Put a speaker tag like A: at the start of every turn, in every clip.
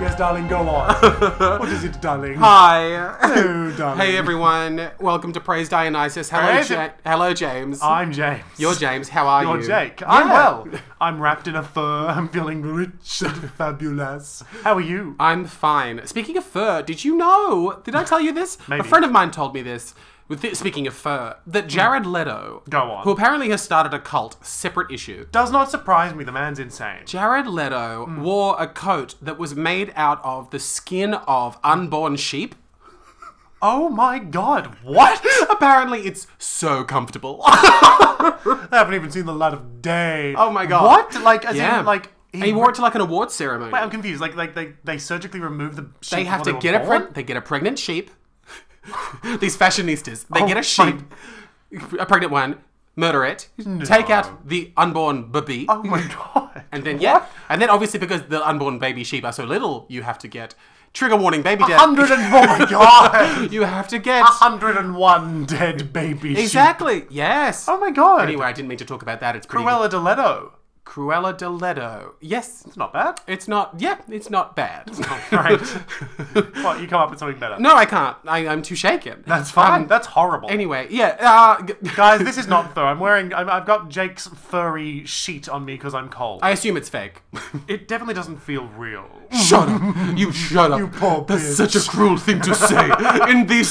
A: Yes, darling, go on. what is it, darling?
B: Hi.
A: Hello, darling.
B: hey everyone. Welcome to Praise Dionysus. Hello,
A: Praise-
B: ja- hello James.
A: I'm James.
B: You're James. How are
A: You're
B: you?
A: Jake. I'm
B: Yeah.
A: well. I'm wrapped in a fur. I'm feeling rich and fabulous. How are you?
B: I'm fine. Speaking of fur, did you know? Did I tell you this?
A: Maybe. Hmm.
B: A friend of mine told me this. With thi- speaking of fur, that Jared Leto,
A: Go on.
B: who apparently has started a cult, separate issue.
A: Does not surprise me. The man's insane.
B: Jared Leto
A: Hmm.
B: wore a coat that was made out of the skin of unborn sheep.
A: Oh my god! What?
B: Apparently, it's so comfortable.
A: I haven't even seen the light of day.
B: Oh my God.
A: What? Like as
B: yeah,
A: in like
B: he, he wore it to like an awards ceremony.
A: I'm confused. Like like they they surgically remove the. Sheep
B: They have
A: before
B: to
A: were
B: get a
A: born?
B: preg- they get a pregnant sheep. These fashionistas, they
A: Oh,
B: get a sheep,
A: fine.
B: a pregnant one, murder it, take out the unborn baby,
A: Oh my god!
B: and then yeah, and then obviously because the unborn baby sheep are so little, you have to get trigger warning baby death.
A: Hundred and oh my god!
B: you have to get
A: Hundred and one dead baby. sheep.
B: exactly yes.
A: Oh my god!
B: Anyway, I didn't mean to talk about that. It's pretty
A: Cruella de Leto.
B: Cruella de Leto. Yes,
A: It's not bad.
B: it's not. Yeah, it's not bad.
A: Right. what? You come up with something better?
B: no, I can't. I, I'm too shaken.
A: That's fine.
B: Um,
A: That's horrible.
B: anyway, yeah. Uh, g-
A: Guys, this is not fur. I'm wearing. I'm, I've got Jake's furry sheet on me because I'm cold.
B: I assume it's fake.
A: it definitely doesn't feel real.
B: Shut up! You shut up! You
A: poor
B: That's
A: bitch.
B: such a cruel thing to say in these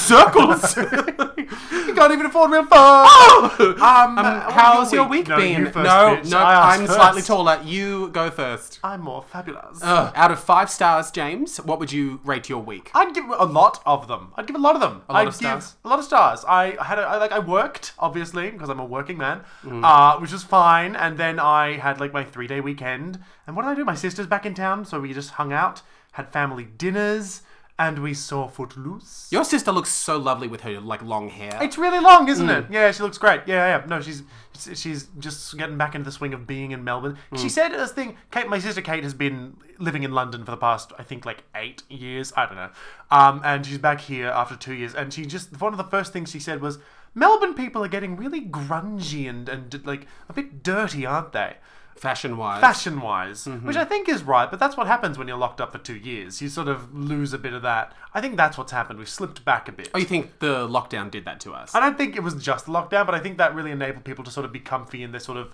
B: circles.
A: you can't even afford real fur. Um, what
B: How's
A: have
B: your week
A: No,
B: been?
A: you first,
B: no,
A: bitch.
B: no,
A: I asked
B: I'm
A: first.
B: slightly taller. You go first.
A: I'm more fabulous.
B: Ugh. Out of five stars, James, what would you rate your week?
A: I'd give a lot of them. I'd give a lot of them.
B: lot
A: I'd
B: of
A: give
B: stars.
A: a lot of stars. I had a, I, like I worked obviously because I'm a working man,
B: Mm.
A: uh, which was fine. And then I had like my three day weekend. And what did I do? My sister's back in town, so we just hung out, had family dinners, and we saw Footloose.
B: Your sister looks so lovely with her like long hair.
A: It's really long, isn't it? Yeah, she looks great. Yeah, yeah. No, she's she's just getting back into the swing of being in Melbourne. She said this thing. Kate, my sister Kate, has been living in London for the past, I think, like eight years. I don't know. Um, and she's back here after two years. And she just one of the first things she said was, "Melbourne people are getting really grungy and and like a bit dirty, aren't they?"
B: Fashion wise,
A: fashion wise, which I think is right, but that's what happens when you're locked up for two years. You sort of lose a bit of that. I think that's what's happened. We've slipped back a bit.
B: oh, you think the lockdown did that to us?
A: I don't think it was just the lockdown, but I think that really enabled people to sort of be comfy in their sort of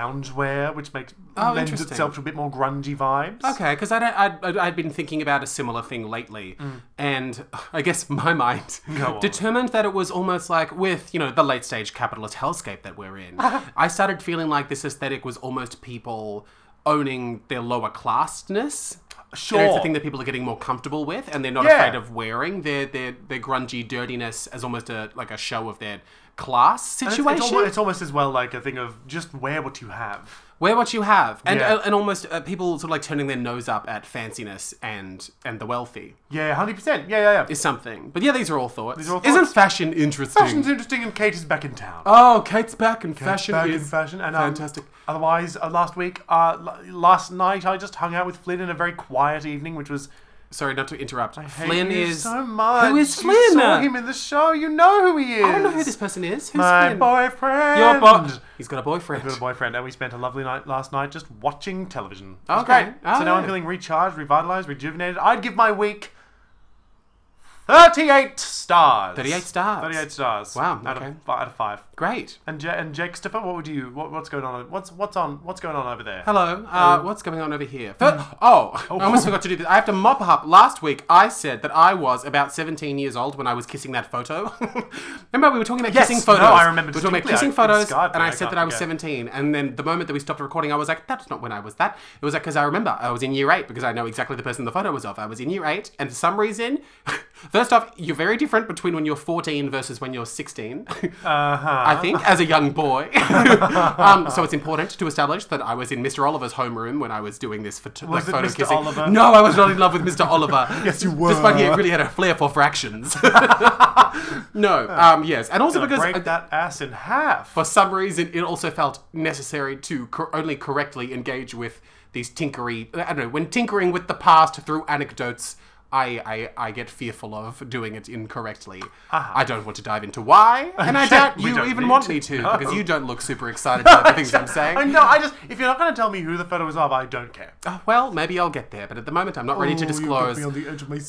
A: loungewear, which makes
B: Oh,
A: lends
B: interesting.
A: itself to a bit more grungy vibes.
B: Okay, because I don't, I'd, I'd, I'd been thinking about a similar thing lately, and I guess my mind
A: Mm. Go on.
B: determined that it was almost like with you know the late stage capitalist hellscape that we're in. I started feeling like this aesthetic was almost people owning their lower classedness. You
A: Sure.
B: know, it's the thing that people are getting more comfortable with, and they're not
A: Yeah.
B: afraid of wearing their, their their grungy dirtiness as almost a like a show of their class
A: it's,
B: situation.
A: it's, almost, it's almost as well like a thing of just wear what you have.
B: Wear what you have, and
A: Yeah.
B: uh, and almost uh, people sort of like turning their nose up at fanciness and and the wealthy.
A: Yeah, hundred percent. Yeah, yeah, yeah.
B: is something. But yeah, these are all thoughts.
A: are all
B: Isn't
A: thoughts.
B: fashion interesting?
A: Fashion's interesting, and Kate is back in town.
B: oh, Kate's back and fashion
A: back
B: is
A: in fashion, and um,
B: fantastic.
A: Otherwise, uh, last week, uh, l- last night, I just hung out with Flynn in a very quiet evening, which was
B: Sorry, not to interrupt.
A: hate
B: Flynn
A: you
B: is
A: so much.
B: who is
A: You
B: Flynn?
A: saw him in the show. You know who he is.
B: I don't know who this person is. Who's
A: My
B: Flynn?
A: boyfriend.
B: Your bo- He's got a boyfriend.
A: Got a boyfriend, and we spent a lovely night last night just watching television. It was
B: Okay.
A: great.
B: Ah,
A: so now I'm
B: yeah.
A: feeling recharged, revitalized, rejuvenated. I'd give my week thirty-eight stars.
B: 38 stars.
A: Thirty-eight stars.
B: Wow,
A: Out
B: okay.
A: of, fi- out of five.
B: Great.
A: And ja- and Jake Stiffer, what would you? What, what's going on? What's what's on? What's going on over there?
B: Hello. Uh, what's going on over here? Fir-
A: Hmm.
B: oh, I almost forgot to do this. I have to mop up. Last week, I said that I was about 17 years old when I was kissing that photo. remember, we were talking about
A: Yes,
B: kissing
A: no,
B: photos.
A: I remember
B: We were talking about
A: distinctly.
B: kissing
A: I- it's
B: photos,
A: God,
B: and
A: I
B: I said
A: can't
B: that I was
A: forget.
B: 17. And then the moment that we stopped recording, I was like, "That's not when I was that." It was like because I remember I was in year eight because I know exactly the person the photo was of. I was in year eight, and for some reason, first off, you're very different between when you're 14 versus when you're 16. I think, as a young boy. um, so it's important to establish that I was in Mr. Oliver's homeroom when I was doing this for t-
A: Was
B: like
A: it
B: photo
A: Mr.
B: kissing.
A: Oliver?
B: No, I was not in love with Mr. Oliver.
A: Yes, you
B: Despite he
A: were.
B: really had a flair for fractions. no, um, yes, and also because
A: break
B: I-
A: that ass in half.
B: for some reason it also felt necessary to cor- only correctly engage with these tinkery. I don't know when tinkering with the past through anecdotes. I, I, I get fearful of doing it incorrectly. I don't want to dive into why, and I doubt
A: We
B: you
A: don't
B: even
A: need
B: want
A: to.
B: me to because you don't look super excited about the things I'm saying.
A: I know. I just if you're not going to tell me who the photo is of, I don't care.
B: Uh, well, maybe I'll get there, but at the moment I'm not ready
A: Oh,
B: to disclose.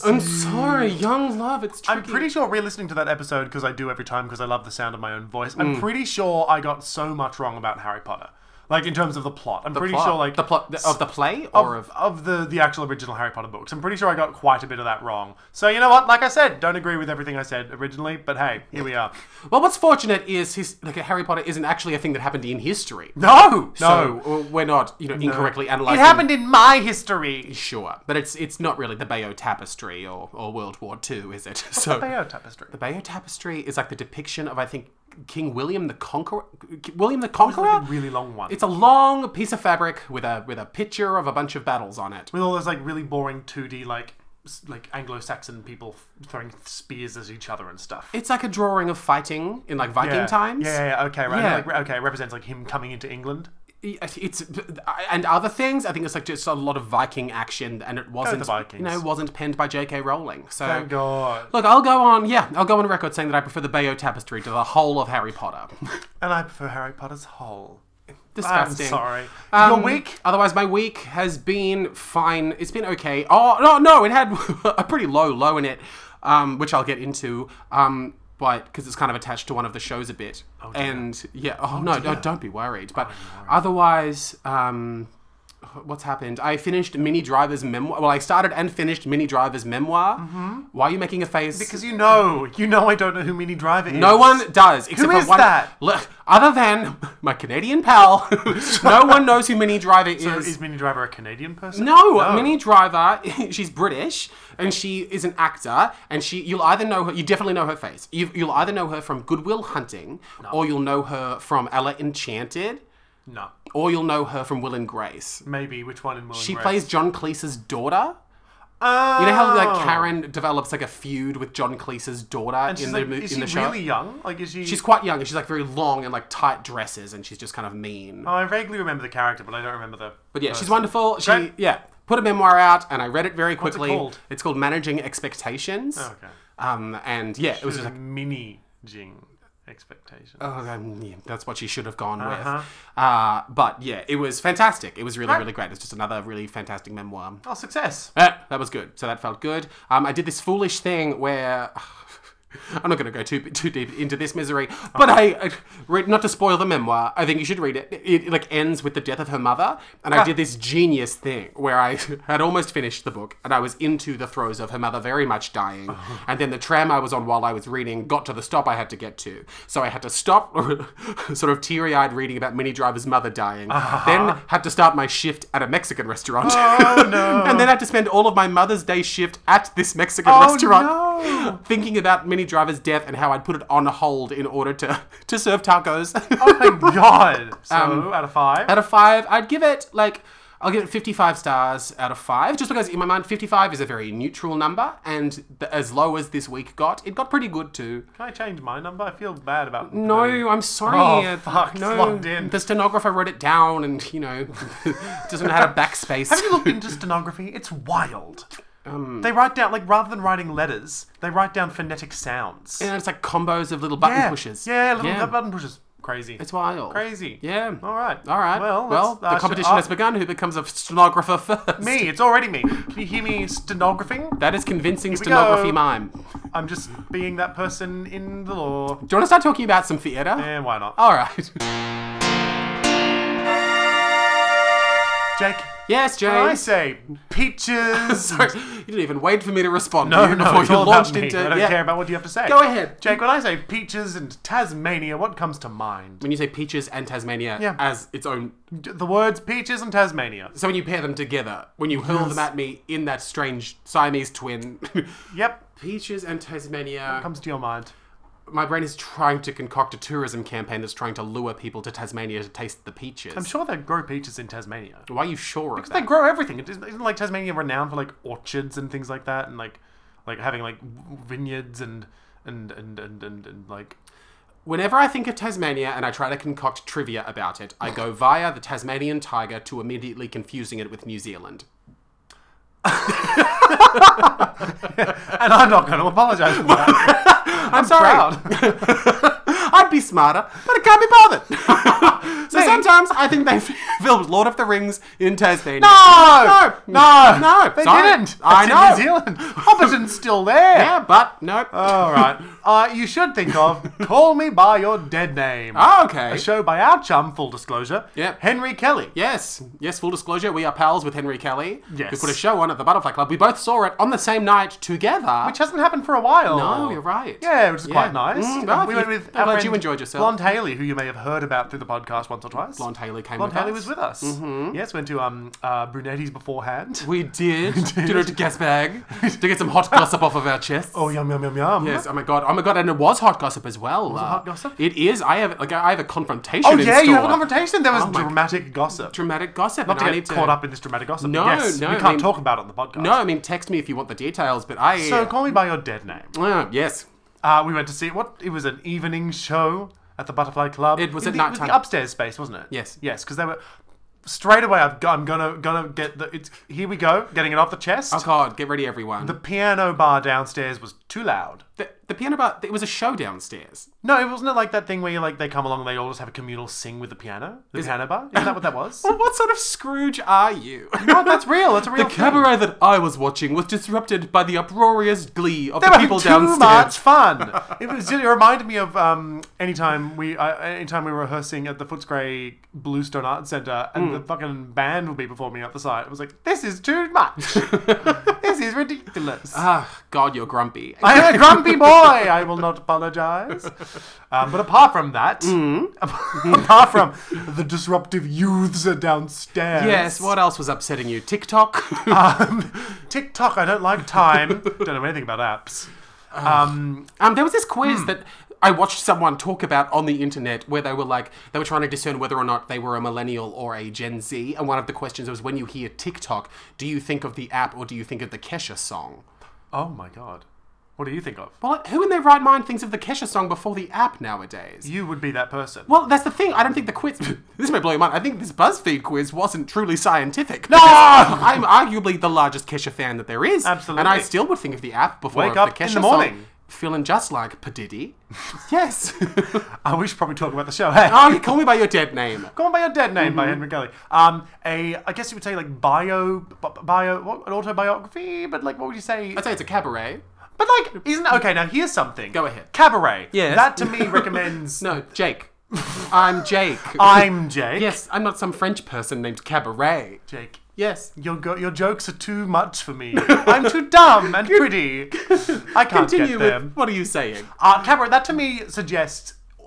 B: I'm sorry, young love. It's tricky.
A: I'm pretty sure re-listening to that episode because I do every time because I love the sound of my own voice.
B: Mm.
A: I'm pretty sure I got so much wrong about Harry Potter, like in terms of the plot. I'm pretty
B: Plot.
A: sure like
B: the plot of the play or of,
A: of, of the the actual original Harry Potter books. I'm pretty sure I got quite a bit of that wrong. So you know what? Like I said, don't agree with everything I said originally, but hey, here we are.
B: well, what's fortunate is his like Harry Potter isn't actually a thing that happened in history.
A: No, no,
B: So uh, we're not you know incorrectly
A: it
B: analyzing.
A: happened in my history.
B: Sure, but it's it's not really the Bayeux Tapestry or, or World War Two, is it? so
A: Bayeux tapestry.
B: The Bayeux Tapestry is like the depiction of, I think, King William the Conqueror. William the Conqueror.
A: Like a really long one.
B: It's a long piece of fabric with a with a picture of a bunch of battles on it.
A: with all those like really boring 2D like s- like Anglo-Saxon people f- throwing spears at each other and stuff.
B: It's like a drawing of fighting in like Viking
A: yeah.
B: times.
A: Yeah, yeah, yeah, okay, right.
B: Yeah.
A: Like, re- okay, it represents like him coming into England.
B: It- It's and other things. I think it's like just a lot of Viking action, and it wasn't
A: Vikings.
B: you know wasn't penned by J.K. Rowling. So
A: Thank God.
B: look, I'll go on. Yeah, I'll go on record saying that I prefer the Bayeux Tapestry to the whole of Harry Potter.
A: And I prefer Harry Potter's whole.
B: Disgusting.
A: I'm sorry.
B: Um,
A: Your week?
B: Otherwise, my week has been fine. It's been okay. Oh no, no, it had a pretty low low in it, um, which I'll get into. Um, but because it's kind of attached to one of the shows a bit, and yeah, oh, no, no, don't be worried. But otherwise, um, what's happened? I finished Mini Driver's memoir. Well, I started and finished Mini Driver's memoir. Why are you making a face?
A: Because you know, you know I don't know who Mini Driver is.
B: No one does, except
A: Who is
B: for one.
A: that?
B: Look, other than my Canadian pal, no one knows who Mini Driver is.
A: So is Mini Driver a Canadian person?
B: no, Mini Driver, she's British and she is an actor, and she you'll either know her, you definitely know her face. You, you'll either know her from Goodwill Hunting, or you'll know her from Ella Enchanted,
A: No.
B: or you'll know her from Will and Grace.
A: Maybe which one in Will
B: She plays John Cleese's daughter.
A: Oh.
B: You know how like Karen develops like a feud with John Cleese's daughter
A: she's
B: in the
A: like,
B: mo-
A: is
B: in the
A: she
B: show.
A: really young? Like is she
B: She's quite young and she's like very long and like tight dresses and she's just kind of mean.
A: Oh, I vaguely remember the character, but I don't remember the
B: But yeah, she's wonderful. She
A: Great.
B: yeah put a memoir out and I read it very quickly.
A: called? Oh,
B: It's called Managing Expectations.
A: okay.
B: Um and yeah, it was just like
A: mini jing expectation.
B: oh, um, yeah, that's what she should have gone
A: Uh-huh.
B: with. Uh, but yeah, it was fantastic. It was really really great. It's just another really fantastic memoir.
A: oh, success.
B: Uh, that was good. So that felt good. Um, I did this foolish thing where. I'm not going to go too too deep into this misery, but I, I read, not to spoil the memoir. I think you should read it. It, it, like ends with the death of her mother, and I did this genius thing where I had almost finished the book and I was into the throes of her mother very much dying, and then the tram I was on while I was reading got to the stop I had to get to, so I had to stop, sort of teary eyed reading about Mini Driver's mother dying, then had to start my shift at a Mexican restaurant.
A: Oh, no.
B: and then I had to spend all of my Mother's Day shift at this Mexican
A: Oh,
B: restaurant,
A: no.
B: thinking about Mini Driver's death and how I'd put it on hold in order to, to serve tacos.
A: Oh my god. So
B: Um,
A: out of five.
B: out of five, I'd give it like. I'll give it 55 stars out of 5, just because in my mind 55 is a very neutral number, and the, as low as this week got, it got pretty good too.
A: Can I change my number? I feel bad about
B: No, I'm sorry.
A: Oh,
B: Uh,
A: fuck, it's
B: no,
A: locked in.
B: The stenographer wrote it down and, you know, doesn't know how to backspace.
A: Have you looked into stenography? It's wild.
B: Um,
A: they write down like rather than writing letters, they write down phonetic sounds.
B: And it's like combos of little button
A: yeah.
B: pushes.
A: Yeah, little button pushes. Crazy.
B: It's wild.
A: Crazy.
B: Yeah.
A: All right.
B: All right. Well,
A: Well,
B: well
A: let's-
B: the
A: I should-
B: competition
A: I-
B: has begun. Who becomes a stenographer first?
A: Me, it's already me. Can you hear me stenographing?
B: That is convincing
A: we
B: stenography
A: go.
B: mime. Do you
A: I'm just being that person in the law.
B: want to start talking about some theatre?
A: And why not?
B: All right.
A: Jake,
B: Yes, James.
A: I say peaches.
B: Sorry, you didn't even wait for me to respond.
A: No,
B: to you
A: Oh, no,
B: before
A: it's
B: you
A: all
B: launched
A: about me.
B: into.
A: I don't
B: yeah.
A: care about what you have to say.
B: Go ahead.
A: Jake. When I say peaches and Tasmania, what comes to mind?
B: When you say peaches and Tasmania
A: Yeah.
B: as its own,
A: D- The words peaches and Tasmania.
B: so when you pair them together, when you hurl them at me in that strange Siamese twin,
A: Yep,
B: peaches and Tasmania.
A: comes to your mind.
B: My brain is trying to concoct a tourism campaign that's trying to lure people to Tasmania to taste the peaches.
A: I'm sure they grow peaches in Tasmania.
B: Why are you sure of that?
A: They grow everything. It Isn't isn't, like Tasmania renowned for like orchards and things like that, and like like having like w- vineyards and and and and and, and like.
B: Whenever I think of Tasmania and I try to concoct trivia about it, I go via the Tasmanian tiger to immediately confusing it with New Zealand.
A: and I'm not going to apologize for that.
B: I'm, sorry.
A: proud.
B: I'd be smarter, but I can't be bothered. so
A: Maybe.
B: sometimes I think they filmed Lord of the Rings in Tasmania.
A: No!
B: no, no, no.
A: They
B: sorry.
A: didn't.
B: I
A: It's
B: know.
A: In New Zealand. Hobbiton's still there.
B: Yeah, but no.
A: All right. Uh, you should think of Call Me By Your Dead Name.
B: Oh, okay.
A: A show by our chum, full disclosure,
B: Yep.
A: Henry Kelly.
B: Yes, yes, full disclosure, we are pals with Henry Kelly.
A: Yes.
B: We put a show on at the Butterfly Club. We both saw it on the same night together.
A: Which hasn't happened for a while.
B: No, you're right.
A: Yeah, which is
B: Yeah.
A: quite nice.
B: Mm, well,
A: we
B: you-
A: went with
B: I'm
A: our
B: glad
A: friend
B: you enjoyed yourself.
A: Blonde Haley, who you may have heard about through the podcast once or twice.
B: Blonde Haley Mm-hmm. came
A: Blonde
B: with
A: Haley
B: us.
A: was with us. Yes, went to um uh, Brunetti's beforehand.
B: We did. you know, to guest bag. to get some hot gossip off of our chests.
A: Oh yum yum yum yum.
B: Yes, oh my god, oh my god, and it was hot gossip as well. Was
A: it hot gossip?
B: It is. I have like I have a confrontation.
A: Oh
B: in
A: yeah, you have a
B: store.
A: confrontation. There was
B: Oh my-
A: dramatic gossip.
B: Dramatic gossip.
A: Not
B: and
A: to
B: I
A: get
B: need to
A: caught up in this dramatic gossip.
B: No,
A: yes,
B: no,
A: we
B: I
A: can't
B: mean-
A: talk about it on the podcast.
B: No, I mean text me if you want the details, but I.
A: So call me by your dead name.
B: Uh, yes.
A: Uh, we went to see what it was an evening show at the Butterfly Club.
B: It was
A: In
B: at
A: the,
B: night
A: was
B: time.
A: the upstairs space, wasn't it?
B: Yes.
A: Yes, because they were straight away. I've, go- I'm gonna gonna get the. It's here we go, getting it off the chest.
B: Oh god, get ready, everyone.
A: The piano bar downstairs was too loud.
B: the, the piano bar. It was a show downstairs.
A: No, it wasn't it like that thing where you like they come along and they all just have a communal sing with the piano, the piano bar. Isn't that what that was?
B: Well, what sort of Scrooge are you?
A: no, that's real. That's a real.
B: The
A: thing.
B: cabaret that I was watching was disrupted by the uproarious glee of
A: They
B: the
A: were
B: people
A: having too
B: downstairs.
A: much fun. It was. It reminded me of um, anytime we uh, anytime we were rehearsing at the Footscray Bluestone Arts Centre, and the fucking band would be performing at the side. It was like, this is too much. this is ridiculous.
B: Ah, God, you're grumpy.
A: I am a grumpy boy. I will not apologize. Um, but apart from that, apart from the disruptive youths are downstairs.
B: yes. What else was upsetting you? TikTok.
A: Um, TikTok. I don't like time. don't know anything about apps. Um,
B: Um, there was this quiz that I watched someone talk about on the internet where they were like, they were trying to discern whether or not they were a millennial or a Gen Z. And one of the questions was, when you hear TikTok, do you think of the app or do you think of the Kesha song?
A: oh my god. What do you think of?
B: Well, who in their right mind thinks of the Kesha song before the app nowadays?
A: You would be that person.
B: Well, that's the thing. I don't think the quiz. this may blow your mind. I think this BuzzFeed quiz wasn't truly scientific. No! I'm arguably the largest Kesha fan that there is. And I
A: Absolutely.
B: still would think of the app before
A: Wake
B: of
A: up
B: the
A: in
B: Kesha
A: the morning.
B: Song. Feeling just like Padiddy. yes.
A: Uh, we should probably talk about the show. Hey,
B: Oh, you call me by your dead name.
A: go on by your dead name
B: Mm-hmm.
A: by Henry Kelly. Um, a I guess you would say like bio, bi- bio, what, an autobiography, but like what would you say?
B: I'd say it's a cabaret.
A: But like, isn't okay? Now here's something.
B: Go ahead.
A: Cabaret.
B: Yes.
A: That to me recommends.
B: No, Jake. I'm Jake.
A: I'm Jake.
B: yes, I'm not some French person named Cabaret.
A: Jake.
B: Yes.
A: Your go- your jokes are too much for me. I'm too dumb and pretty. I can't
B: Continue
A: get
B: with
A: them.
B: what are you saying?
A: Uh, cabaret, that to me suggests uh,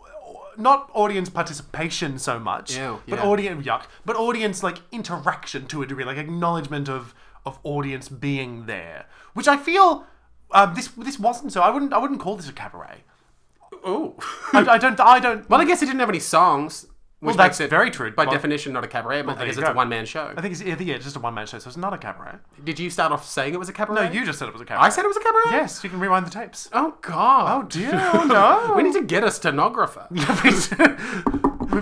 A: not audience participation so much,
B: Ew,
A: but
B: yeah.
A: audience yuck, but audience like interaction to a degree, like acknowledgement of of audience being there, which I feel um, this this wasn't so. I wouldn't I wouldn't call this a cabaret.
B: Oh.
A: I, I don't I don't.
B: well, I guess it didn't have any songs.
A: Well,
B: Which
A: that's
B: makes it,
A: very true.
B: by
A: Well-
B: definition, not a cabaret. But I
A: there
B: guess
A: you
B: it's a
A: go.
B: one man show.
A: I think it's, I think it's just a one man show, so it's not a cabaret.
B: Did you start off saying it was a cabaret?
A: No, you just said it was a cabaret.
B: I said it was a cabaret?
A: yes. You can rewind the tapes.
B: Oh, God.
A: Oh dear! Oh no!
B: We need to get a stenographer.
A: We've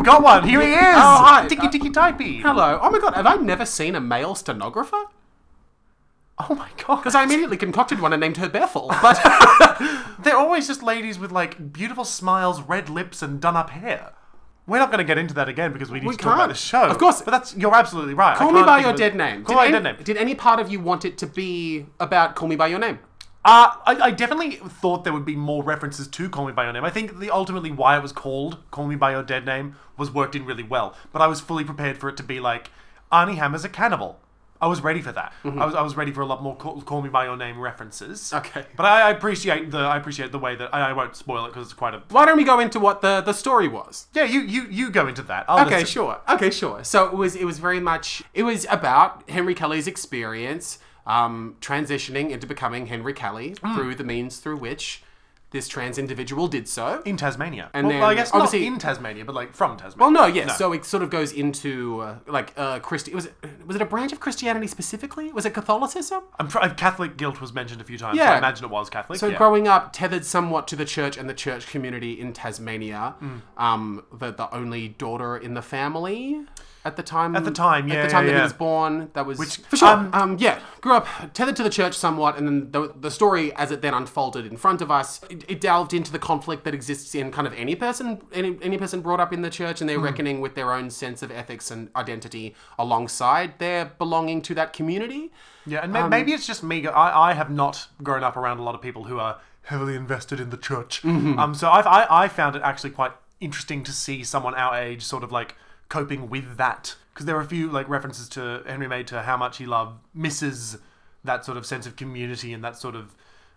A: got one. Here he is.
B: Oh, hi.
A: Ticky ticky typey.
B: Hello. Oh, my God. Have I never seen a male stenographer?
A: Oh my god!
B: Because I immediately concocted one and named her Bethel. But.
A: They're always just ladies with like beautiful smiles, red lips, and done up hair. We're not going to get into that again because we need to talk about
B: can't.
A: the show.
B: Of course.
A: but that's you're absolutely right. I
B: Call me
A: can't
B: by
A: think
B: your
A: of a-
B: dead name.
A: Call
B: did,
A: by your
B: any,
A: dead name.
B: did any part of you want it to be about Call Me by Your Name?
A: Uh, I, I definitely thought there would be more references to Call Me by Your Name. I think the ultimately why it was called Call Me by Your Dead Name was worked in really well. But I was fully prepared for it to be like Arnie Hammer's a cannibal. I was ready for that.
B: Mm-hmm.
A: I was I was ready for a lot more Call, Call Me by Your Name references.
B: Okay.
A: but I, I appreciate the I appreciate the way that I, I won't spoil it because it's quite a
B: Why don't we go into what the, the story was?
A: yeah. You you you go into that. I'll
B: Okay,
A: listen.
B: sure. Okay, sure. So it was it was very much it was about Henry Kelly's experience um, transitioning into becoming Henry Kelly through the means through which this trans individual did so.
A: in Tasmania.
B: And
A: well, well, I
B: then,
A: guess
B: obviously-
A: not in Tasmania, but like from Tasmania.
B: Well, no, yes. So it sort of goes into uh, like uh, Christi. Was it was it a branch of Christianity specifically? Was it Catholicism?
A: I'm tr- uh, Catholic guilt was mentioned a few times. so
B: Yeah.
A: I imagine it was Catholic.
B: So
A: yeah.
B: growing up, tethered somewhat to the church and the church
A: Mm.
B: community in Tasmania, um, the the only daughter in the family, at the time.
A: At the time, yeah,
B: At the time
A: yeah,
B: that he
A: yeah.
B: was born, that was
A: Which,
B: for sure. Um,
A: um,
B: yeah, grew up tethered to the church somewhat, and then the, the story as it then unfolded in front of us, it, it delved into the conflict that exists in kind of any person, any, any person brought up in the church, and their
A: Hmm.
B: reckoning with their own sense of ethics and identity alongside their belonging to that community.
A: Yeah, and may- maybe it's just me. I, I have not grown up around a lot of people who are heavily invested in the church. Um, so I've, I, I found it actually quite interesting to see someone our age sort of like coping with that. Because there are a few like references to Henry made to how much he loved misses that sort of sense of community and that sort of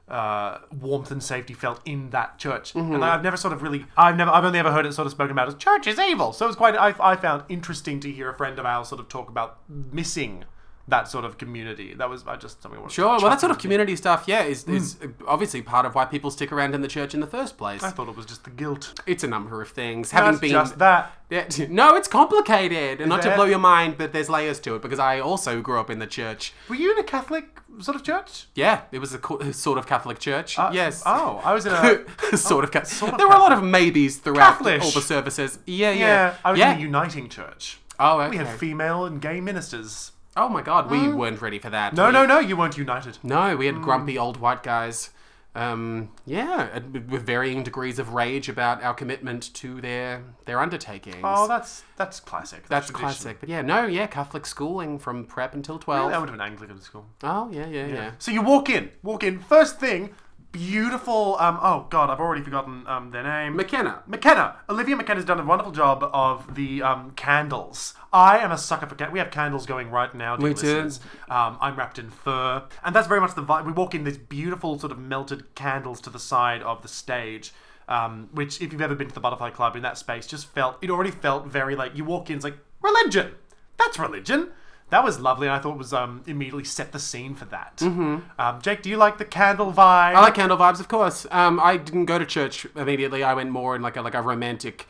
A: uh, warmth and safety felt in that church. And I've never sort of really, I've never, I've only ever heard it sort of spoken about as church is evil. So it was quite, I, I found interesting to hear a friend of ours sort of talk about missing that sort of community. That was I just something I wanted to
B: Sure, well, that sort of community stuff, yeah, is,
A: Hmm.
B: is obviously part of why people stick around in the church in the first place.
A: I thought it was just the guilt.
B: It's a number of things. Having
A: That's
B: been
A: just that.
B: Yeah, no, it's complicated. And not to
A: there-
B: blow your mind, but there's layers to it because I also grew up in the church.
A: Were you in a Catholic sort of church?
B: Yeah, it was a co- sort of Catholic church. yes.
A: Oh, I was in a.
B: sort of, ca-
A: sort of
B: There were a lot of maybes throughout
A: Catholic.
B: all the services. Yeah, yeah.
A: yeah, I was
B: yeah.
A: in a uniting church.
B: oh, okay.
A: We had female and gay ministers.
B: oh my god, we weren't ready for that.
A: No,
B: We-
A: no, no, you weren't united.
B: No, we had grumpy old white guys. Um, yeah, and with- with varying degrees of rage about our commitment to their their undertakings.
A: Oh, that's that's classic.
B: that's
A: tradition.
B: classic. But yeah, no, yeah, Catholic schooling from prep until twelve.
A: I went to an Anglican school.
B: Oh yeah, yeah, yeah.
A: So you walk in, walk in. First thing, beautiful. Um, oh God, I've already forgotten um, their name.
B: McKenna.
A: McKenna. Olivia McKenna's done a wonderful job of the um, candles. I am a sucker for candles. We have candles going right now, dear
B: We do.
A: listeners. Um, I'm wrapped in fur. And that's very much the vibe. We walk in these beautiful sort of melted candles to the side of the stage. Um, which, if you've ever been to the Butterfly Club in that space, just felt, it already felt very like, you walk in, it's like, religion! That's religion! That was lovely, and I thought it was um, immediately set the scene for that. Um, Jake, do you like the candle vibe?
B: Mm-hmm. I like candle vibes, of course. Um, I didn't go to church immediately. I went more in like a like a romantic,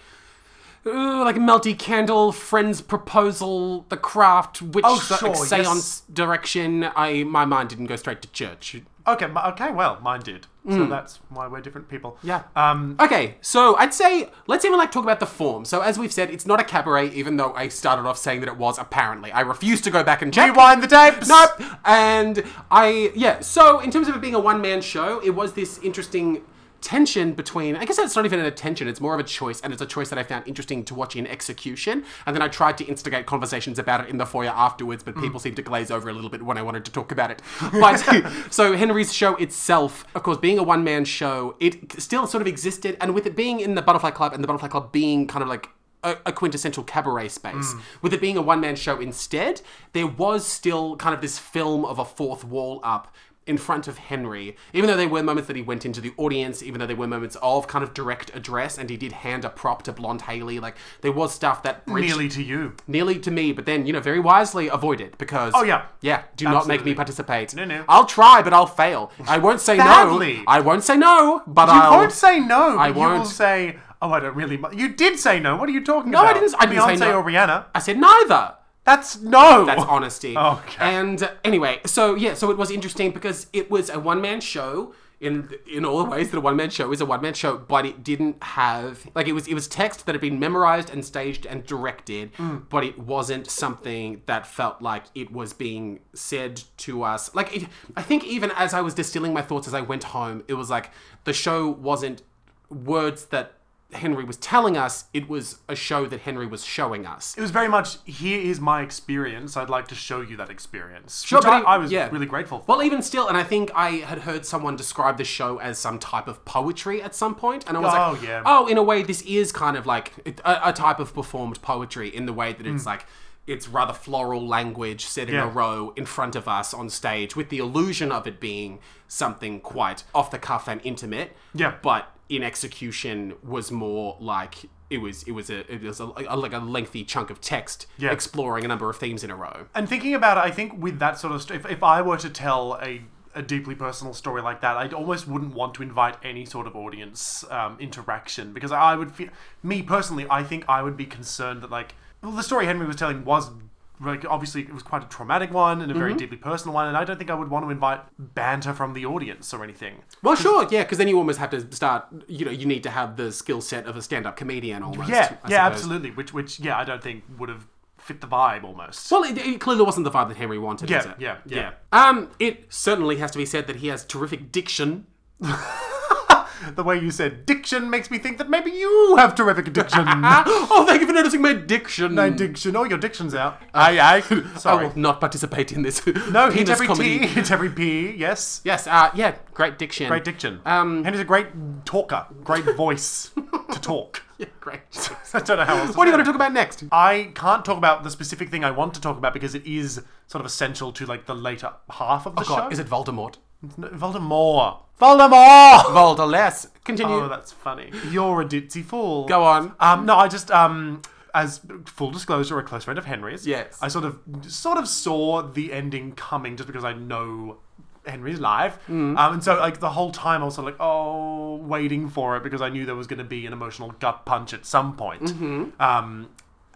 B: uh, like melty candle, friend's proposal, the craft, witch
A: Oh,
B: se-
A: sure,
B: seance direction. I my mind didn't go straight to church.
A: Okay, mi- okay, well, mine did. So that's why we're different people.
B: Mm. Yeah.
A: Um,
B: Okay, so I'd say let's even like talk about the form. So as we've said, it's not a cabaret, even though I started off saying that it was. Apparently, I refuse to go back and check.
A: rewind the tapes.
B: Nope. And I, yeah. So in terms of it being a one man show, it was this interesting tension between. I guess it's not even a tension; it's more of a choice, and it's a choice that I found interesting to watch in execution. And then I tried to instigate conversations about it in the foyer afterwards, but people seemed to glaze over a little bit when I wanted to talk about it. But so Henry's show itself, of course, being a one man show, it still sort of existed, and with it being in the Butterfly Club and the Butterfly Club being kind of like a, a quintessential cabaret space.
A: Mm.
B: With it being a one man show instead, there was still kind of this film of a fourth wall up in front of Henry. Even though there were moments that he went into the audience, even though there were moments of kind of direct address, and he did hand a prop to Blonde Haley, like there was stuff that bridged nearly,
A: Nearly to you.
B: to me, but then, you know, very wisely avoided because.
A: Oh, yeah.
B: Yeah, do not make me
A: Absolutely.
B: participate.
A: No, no.
B: I'll try, but I'll fail. I won't say no.
A: Badly.
B: I won't say no, but
A: You
B: I'll.
A: won't say no.
B: I
A: but You will
B: won't.
A: say, "Oh, I don't really." mu-" You did say no. What are you talking
B: I
A: about?
B: didn't- I didn't say
A: Beyonce
B: no.
A: or Rihanna.
B: I said neither.
A: That's no.
B: That's honesty.
A: Oh. Okay.
B: And uh, anyway, so yeah, so it was interesting because it was a one man show in in all the ways that a one man show is a one man show, but it didn't have like it was it was text that had been memorized and staged and directed, but it wasn't something that felt like it was being said to us. Like it, I think even as I was distilling my thoughts as I went home, it was like the show wasn't words that. Henry was telling us it was a show that Henry was showing us.
A: It was very much. Here is my experience. I'd like to show you that experience.
B: Sure,
A: which
B: but
A: I,
B: it-
A: I was
B: yeah.
A: really grateful for.
B: Well, even still, and I think I had heard someone describe the show as some type of poetry at some point, and I was like,
A: Oh, yeah.
B: oh, in a way, this is kind of like it- a, a type of performed poetry in the way that it's like it's rather floral language set in a
A: Hmm. Yeah.
B: row in front of us on stage, with the illusion of it being something quite off the cuff and intimate.
A: Yeah.
B: but in execution was more like. It was it was a it was a, a- like a lengty chunk of text
A: Yeah.
B: exploring a number of themes in a row.
A: And thinking about it, I think with that sort of st- if, if I were to tell a a deeply personal story like that, I almost wouldn't want to invite any sort of audience um, interaction because I would feel me personally. I think I would be concerned that like well, the story Henry was telling was like obviously it was quite a traumatic one and a
B: Mm-hmm.
A: very deeply personal one, and I don't think I would want to invite banter from the audience or anything.
B: Well, sure, yeah, because then you almost have to start. You know, you need to have the skill set of a stand-up comedian almost.
A: Yeah,
B: I
A: yeah,
B: suppose.
A: absolutely. Which which yeah, I don't think would have fit the vibe almost.
B: Well, it, it clearly wasn't the vibe that Henry wanted, is
A: yeah,
B: it?
A: yeah, yeah,
B: Um, it certainly has to be said that he has terrific diction.
A: The way you said diction makes me think that maybe you have terrific diction.
B: Ah, oh, thank you for noticing my diction. Ah,
A: My diction. Oh, your diction's out. I, I.
B: I
A: Sorry.
B: will not participate in this.
A: no, hit
B: penis
A: every
B: comedy.
A: T, hit every P. Yes.
B: Yes, uh, yeah, great diction.
A: Great diction.
B: Um,
A: Henry's a great talker. Great voice to talk.
B: Yeah, great.
A: I don't know how else.
B: what are you going to talk about next?
A: I can't talk about the specific thing I want to talk about because it is sort of essential to like the later half of the show.
B: Oh, God, is it Voldemort?
A: No, Voldemort? Voldemort.
B: Voldemort. Continue.
A: Oh, that's funny. You're a ditzy fool.
B: Go on.
A: Um, no, I just um, as full disclosure, a close friend of Henry's.
B: Yes.
A: I sort of sort of saw the ending coming just because I know Henry's life. Um, and so like the whole time I was sort of like, oh, waiting for it because I knew there was going to be an emotional gut punch at some point. Um.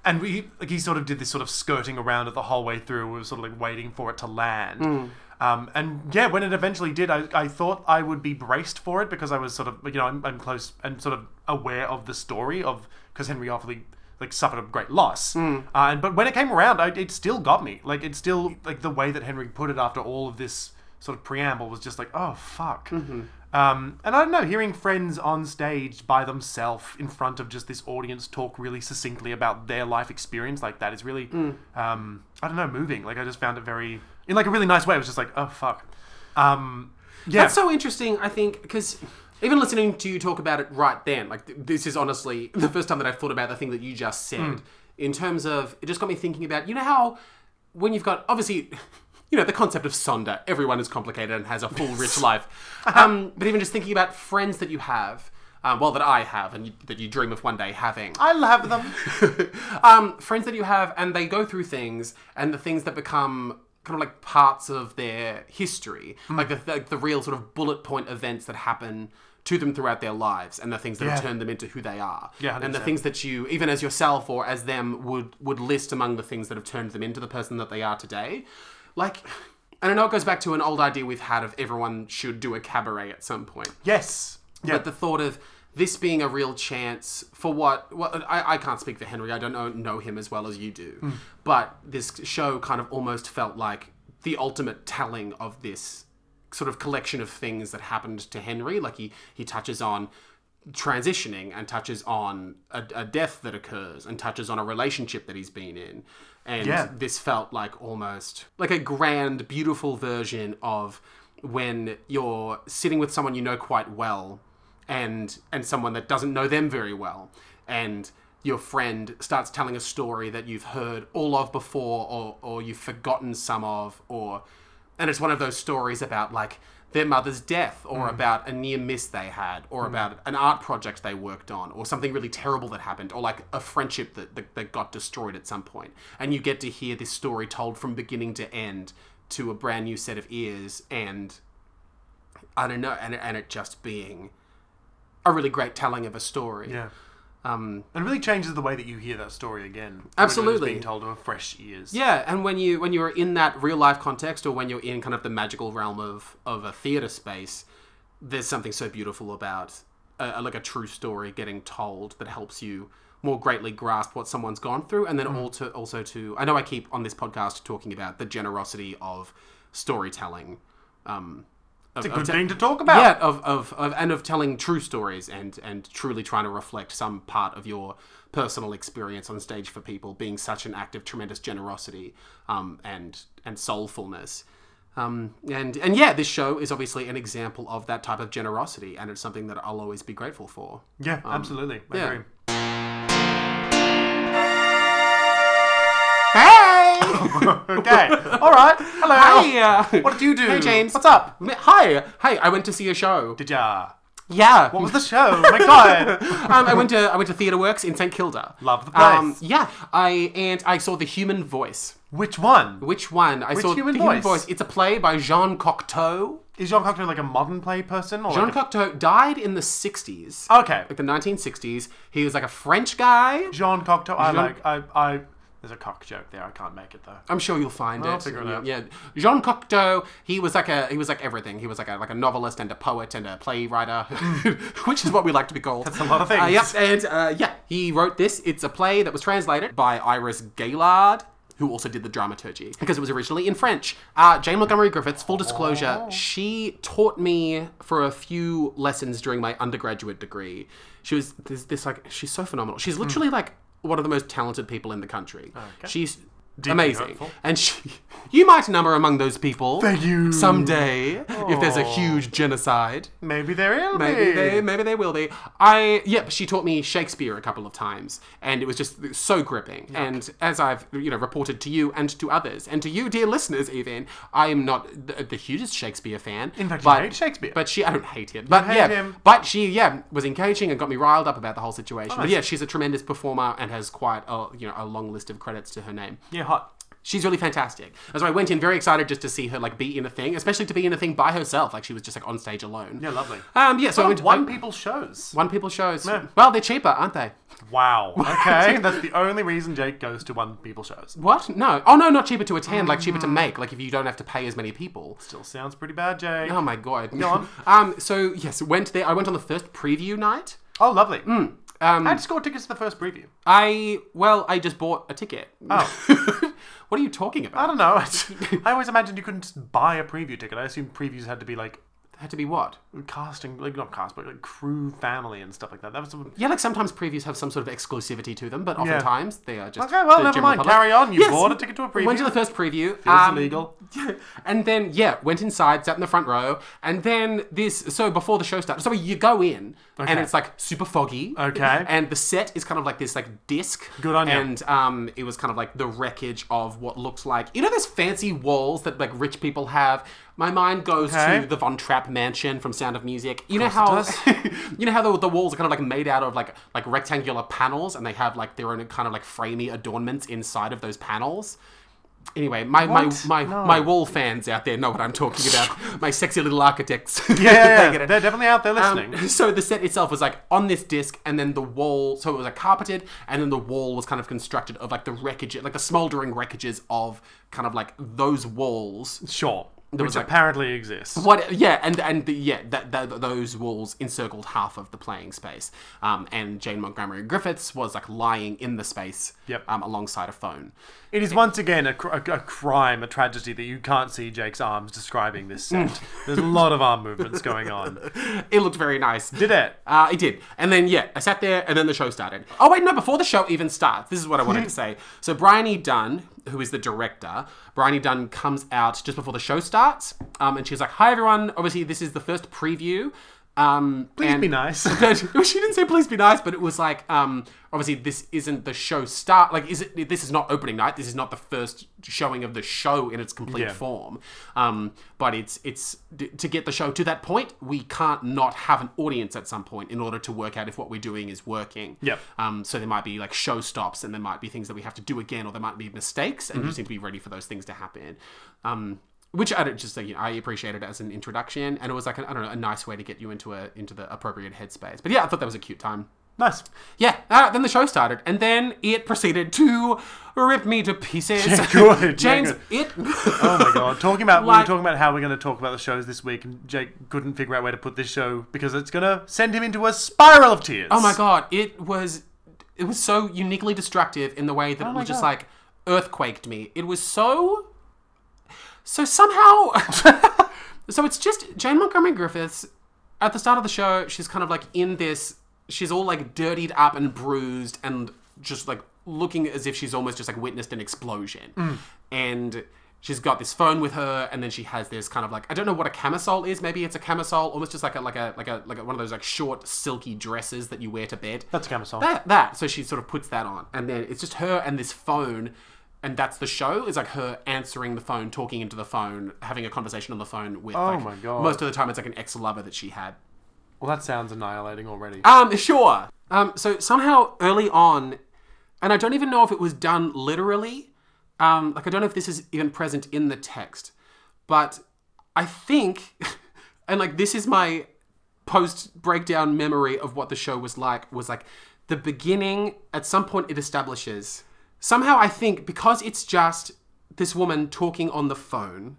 A: And we, like, he sort of did this sort of skirting around it the whole way through. We were sort of like waiting for it to land. Um, and yeah, when it eventually did, I, I thought I would be braced for it because I was sort of, you know, I'm, I'm close and sort of aware of the story of because Henry Offaly like suffered a great loss. Uh, and but when it came around, I, it still got me. Like it still like the way that Henry put it after all of this sort of preamble was just like, oh fuck.
B: Mm-hmm.
A: Um, and I don't know, hearing friends on stage by themselves in front of just this audience talk really succinctly about their life experience like that is really,
B: Mm.
A: um, I don't know, moving. Like I just found it very, in like a really nice way. It was just like, oh fuck. Um, yeah.
B: That's so interesting, I think, because even listening to you talk about it right then, like, th- this is honestly the first time that I've thought about the thing that you just said in terms of it just got me thinking about, you know, how when you've got, obviously, you know, the concept of Sonder, everyone is complicated and has a full, rich life. Um, but even just thinking about friends that you have, um, well, that I have and you, that you dream of one day having.
A: I love them.
B: um, friends that you have, and they go through things, and the things that become kind of like parts of their history,
A: Hmm.
B: like the like the real sort of bullet point events that happen to them throughout their lives, and the things that have
A: Yeah.
B: turned them into who they are,
A: Yeah,
B: and the
A: 100%.
B: things that you, even as yourself or as them, would would list among the things that have turned them into the person that they are today, like. And I know it goes back to an old idea we've had of everyone should do a cabaret at some point
A: yes. Yeah.
B: but the thought of this being a real chance for what well, I, I can't speak for henry i don't know, know him as well as you do but this show kind of almost felt like the ultimate telling of this sort of collection of things that happened to henry like he he touches on transitioning and touches on a, a death that occurs and touches on a relationship that he's been in and
A: Yeah.
B: this felt like almost like a grand, beautiful version of when you're sitting with someone you know quite well and and someone that doesn't know them very well and your friend starts telling a story that you've heard all of before or, or you've forgotten some of or and it's one of those stories about like their mother's death or about a near miss they had or about an art project they worked on or something really terrible that happened or like a friendship that, that, that got destroyed at some point and you get to hear this story told from beginning to end to a brand new set of ears and i don't know and, and it just being a really great telling of a story
A: yeah.
B: um,
A: It really changes the way that you hear that story again. when it was
B: Absolutely.
A: being told with fresh ears.
B: Yeah, and when you when you're in that real life context, or when you're in kind of the magical realm of of a theater space, there's something so beautiful about a, a- like a true story getting told that helps you more greatly grasp what someone's gone through, and then
A: Mm.
B: all to, also to I know I keep on this podcast talking about the generosity of storytelling. Um,
A: It's
B: of,
A: a
B: of
A: good
B: te-
A: thing to talk about.
B: yeah, of, of, of and of telling true stories and and truly trying to reflect some part of your personal experience on stage for people being such an act of tremendous generosity um, and and soulfulness. Um, and and yeah, this show is obviously an example of that type of generosity, and it's something that I'll always be grateful for.
A: Yeah, absolutely. I
B: Um, yeah.
A: agree.
B: Hey,
A: okay. All right. Hello. uh,
B: hi,
A: What did you do?
B: Hey, James.
A: What's up?
B: hi, hi. I went to see a show.
A: Did ya?
B: Yeah,
A: What was the show? Oh My God.
B: um, I went to I went to Theatre Works in St Kilda. Um,
A: Love the place.
B: yeah, I and I saw the Human Voice.
A: Which one?
B: Which one? I saw
A: Human
B: the Human
A: Voice?
B: Voice. It's a play by Jean Cocteau.
A: Is Jean Cocteau like a modern play person? Or
B: Jean
A: like
B: Cocteau died in the '60s,
A: a... Okay.
B: like the 1960s. He was like a French guy.
A: Jean Cocteau. I
B: Jean-
A: like. I. I. There's a cock joke there. I can't make it though.
B: I'm sure you'll find it.
A: figure it out.
B: Yeah, Jean Cocteau. He was like a he was like everything. He was like a like a novelist and a poet and a playwright, which is what we like to be called. That's
A: a lot of things.
B: Uh, yep, and uh, yeah, He wrote this. It's a play that was translated by Iris Gaylard, who also did the dramaturgy, because it was originally in French. Uh, Jane Montgomery Griffiths, full
A: Oh.
B: disclosure, she taught me for a few lessons during my undergraduate degree. She was this, this like, she's so phenomenal. She's
A: Hmm.
B: literally like one of the most talented people in the country. She's amazing.
A: hurtful.
B: And she, you might number among those people.
A: Thank you.
B: Someday, if there's a huge genocide.
A: Maybe there will
B: Maybe
A: be.
B: they, maybe they will be. I yep. She taught me Shakespeare a couple of times, and it was just so gripping. And as I've you know reported to you and to others, and to you, dear listeners, even I am not the, the hugest Shakespeare fan.
A: In fact, you hate Shakespeare.
B: But she, I don't hate him. But
A: hate
B: yeah,
A: him.
B: but she yeah was engaging and got me riled up about the whole situation. But yeah, she's a tremendous performer and has quite a you know a long list of credits to her name.
A: Yeah, hot.
B: She's really fantastic. And so I went in very excited just to see her like be in a thing, especially to be in a thing by herself. Like she was just like on stage alone.
A: Yeah, lovely.
B: Um, yeah, so I went to,
A: One people shows.
B: one people shows. Well, they're cheaper, aren't they?
A: Wow. Okay, that's the only reason Jake goes to one people shows.
B: What? No. Oh no, not cheaper to attend, like cheaper to
A: Mm.
B: make, like if you don't have to pay as many people.
A: Still sounds pretty bad, Jake.
B: Oh my god. Go on. um, so yes, went there. I went on the first preview night.
A: Oh, lovely.
B: Um,
A: I just got tickets to the first preview.
B: I well, I just bought a ticket. Oh. what are you talking
A: I
B: about?
A: don't know. I always imagined you couldn't just buy a preview ticket. I assumed previews had to be like
B: Had to be what?
A: casting, like not cast, but like crew, family, and stuff like that. That was some
B: Yeah, like sometimes previews have some sort of exclusivity to them, but oftentimes they are just.
A: Okay, well,
B: the
A: never
B: general
A: mind.
B: public.
A: Carry on. You bought a ticket to a
B: Went to
A: preview.
B: the first preview. Um, Feels
A: illegal.
B: And then, yeah, went inside, sat in the front row, and then this. So before the show started, so you go in, and it's like super foggy.
A: Okay.
B: And the set is kind of like this, like disc.
A: Good on you.
B: And um, it was kind of like the wreckage of what looked like you know those fancy walls that like rich people have. My mind goes
A: Okay.
B: to the Von Trapp mansion from Sound of Music. You know how you know how the, the walls are kind of like made out of like like rectangular panels, and they have like their own kind of like framey adornments inside of those panels. Anyway, my
A: What?
B: my my,
A: No.
B: my wall fans out there know what I'm talking about. my sexy little architects.
A: Yeah, yeah,
B: They
A: yeah.
B: get it.
A: they're definitely out there
B: Um,
A: listening.
B: so the set itself was like on this disc, and then the wall. So it was like carpeted, and then the wall was kind of constructed of like the wreckage, like the smoldering wreckages of kind of like those walls.
A: sure,
B: was,
A: which
B: like-
A: apparently exists.
B: What? Yeah, and and the, yeah, that, that those walls encircled half of the playing space. Um, and Jane Montgomery Griffiths was like lying in the space.
A: Yep.
B: Um, alongside a phone.
A: It is once again a, cr- a, a crime, a tragedy that you can't see Jake's arms describing this set. There's a lot of arm movements going on.
B: It looked very nice.
A: Did it?
B: Uh, it did. And then, yeah, I sat there and then the show started. Oh, wait, no, before the show even starts, this is what I wanted to say. So, Bryony Dunn, who is the director, Bryony Dunn comes out just before the show starts um, and she's like, Hi, everyone. Obviously, this is the first preview. Um,
A: Please be nice.
B: she didn't say please be nice, but it was like, um, obviously this isn't the show start. Like, is it? This is not opening night. This is not the first showing of the show in its complete
A: Yeah.
B: form. Um, but it's it's d- to get the show to that point, we can't not have an audience at some point in order to work out if what we're doing is working.
A: Yep.
B: Um, so there might be like show stops, and there might be things that we have to do again, or there might be mistakes, and you
A: Mm-hmm.
B: just need to be ready for those things to happen. Um, which I don't just you know, I appreciate it as an introduction, and it was like an, I don't know a nice way to get you into a into the appropriate headspace. But yeah, I thought that was a cute time.
A: Nice.
B: Yeah, uh, then the show started, and then it proceeded to rip me to pieces.
A: good, yeah,
B: James.
A: good.
B: It.
A: Oh my god! Talking about we were
B: Like-
A: talking about how we're going to talk about the shows this week, and Jake couldn't figure out where to put this show because it's going to send him into a spiral of tears.
B: Oh my god, it was it was so uniquely destructive in the way that it was just
A: Oh God.
B: like earthquaked me. It was so so somehow So it's just Jane Montgomery Griffiths at the start of the show, she's kind of like in this she's all like dirtied up and bruised and just like looking as if she's almost just like witnessed an explosion. And she's got this phone with her and then she has this kind of like I don't know what a camisole is, maybe it's a camisole, almost just like a like a like a like a, one of those like short silky dresses that you wear to bed.
A: That's a camisole.
B: That, that. So she sort of puts that on, and then it's just her and this phone, and that's the show. It's like her answering the phone, talking into the phone, having a conversation on the phone with. Oh like,
A: my God.
B: Most of the time, it's like an ex lover that she had.
A: Well, that sounds annihilating already.
B: Um, sure. Um, so somehow early on, and I don't even know if it was done literally. Um, like I don't know if this is even present in the text, but I think, and like this is my post breakdown memory of what the show was like was like the beginning. At some point, it establishes somehow. I think because it's just this woman talking on the phone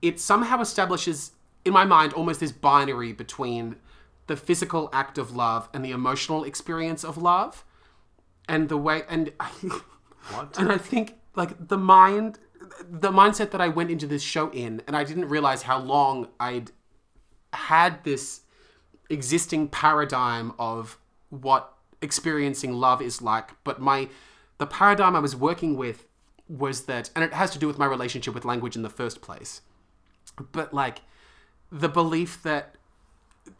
B: it somehow establishes in my mind almost this binary between the physical act of love and the emotional experience of love and the way and
A: What?
B: and I think like the mind the mindset that I went into this show in and I didn't realize how long I'd had this existing paradigm of what experiencing love is like but my the paradigm I was working with was that and it has to do with my relationship with language in the first place but like the belief that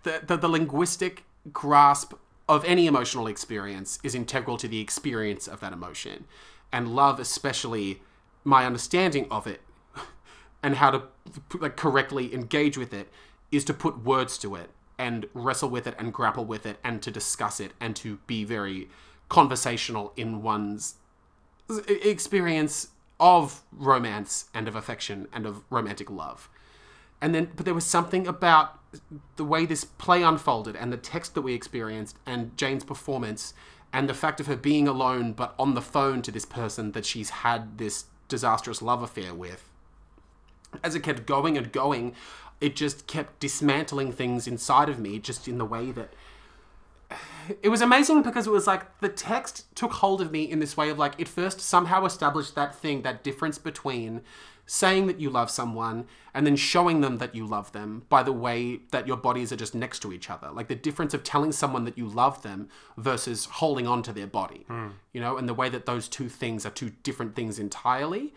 B: the, the, the linguistic grasp of any emotional experience is integral to the experience of that emotion. And love, especially my understanding of it and how to like correctly engage with it, is to put words to it and wrestle with it and grapple with it and to discuss it and to be very conversational in one's e-, experience of romance and of affection and of romantic love. And then, but there was something about the way this play unfolded and the text that we experienced and Jane's performance and the fact of her being alone but on the phone to this person that she's had this disastrous love affair with. As it kept going and going, it just kept dismantling things inside of me, just in the way that it was amazing because it was like the text took hold of me in this way of like it first somehow established that thing that difference between saying that you love someone and then showing them that you love them by the way that your bodies are just next to each other like the difference of telling someone that you love them versus holding on to their body you know and the way that those two things are two different things entirely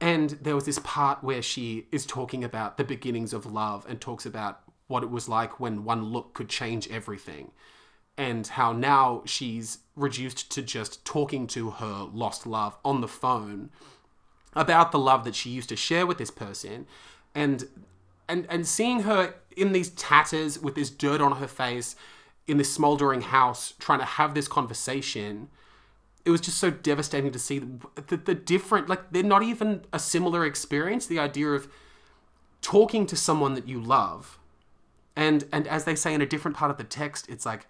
B: and there was this part where she is talking about the beginnings of love and talks about what it was like when one look could change everything and how now she's reduced to just talking to her lost love on the phone about the love that she used to share with this person and and and seeing her in these tatters with this dirt on her face in this smoldering house trying to have this conversation it was just so devastating to see the, the, the different like they're not even a similar experience the idea of talking to someone that you love and and as they say in a different part of the text it's like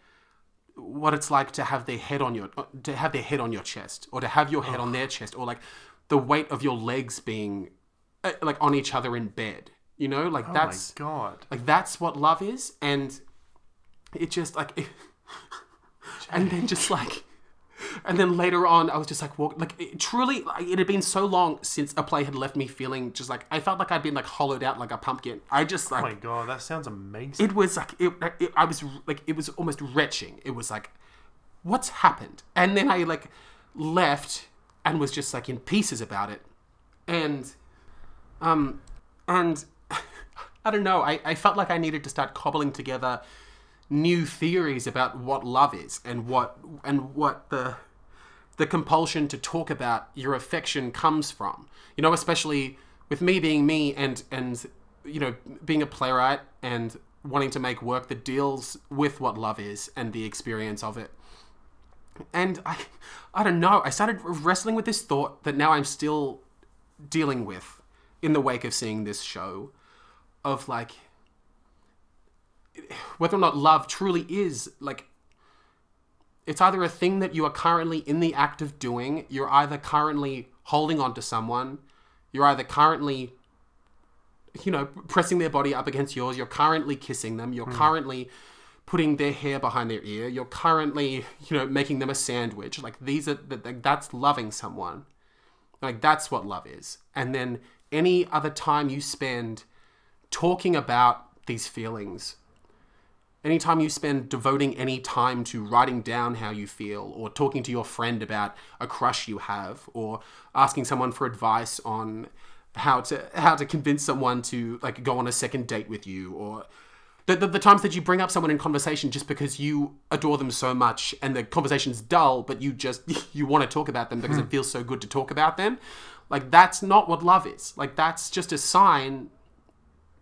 B: what it's like to have their head on your to have their head on your chest or to have your head on their chest or like the weight of your legs being uh, like on each other in bed you know like
A: Oh my
B: that's
A: god.
B: like that's what love is, and it just like, and then just like, and then later on, I was just like, walk, like it, truly, like, it had been so long since a play had left me feeling just like I felt like I'd been like hollowed out like a pumpkin. I just like
A: Oh my god, that sounds amazing.
B: it was like it, it, I was like it was almost retching. It was like, what's happened? And then I like left and was just like in pieces about it, and um, and I don't know. I, I felt like I needed to start cobbling together new theories about what love is and what and what the the compulsion to talk about your affection comes from. You know, especially with me being me and and you know being a playwright and wanting to make work that deals with what love is and the experience of it. And I I don't know. I started wrestling with this thought that now I'm still dealing with in the wake of seeing this show of like whether or not love truly is like it's either a thing that you are currently in the act of doing, you're either currently holding on to someone, you're either currently, you know, pressing their body up against yours, you're currently kissing them, you're currently putting their hair behind their ear, you're currently, you know, making them a sandwich. Like these are, th- th- that's loving someone. Like that's what love is. And then any other time you spend talking about these feelings Anytime you spend devoting any time to writing down how you feel, or talking to your friend about a crush you have, or asking someone for advice on how to how to convince someone to like go on a second date with you, or the, the, the times that you bring up someone in conversation just because you adore them so much and the conversation's dull, but you just you want to talk about them because it feels so good to talk about them, like that's not what love is. Like that's just a sign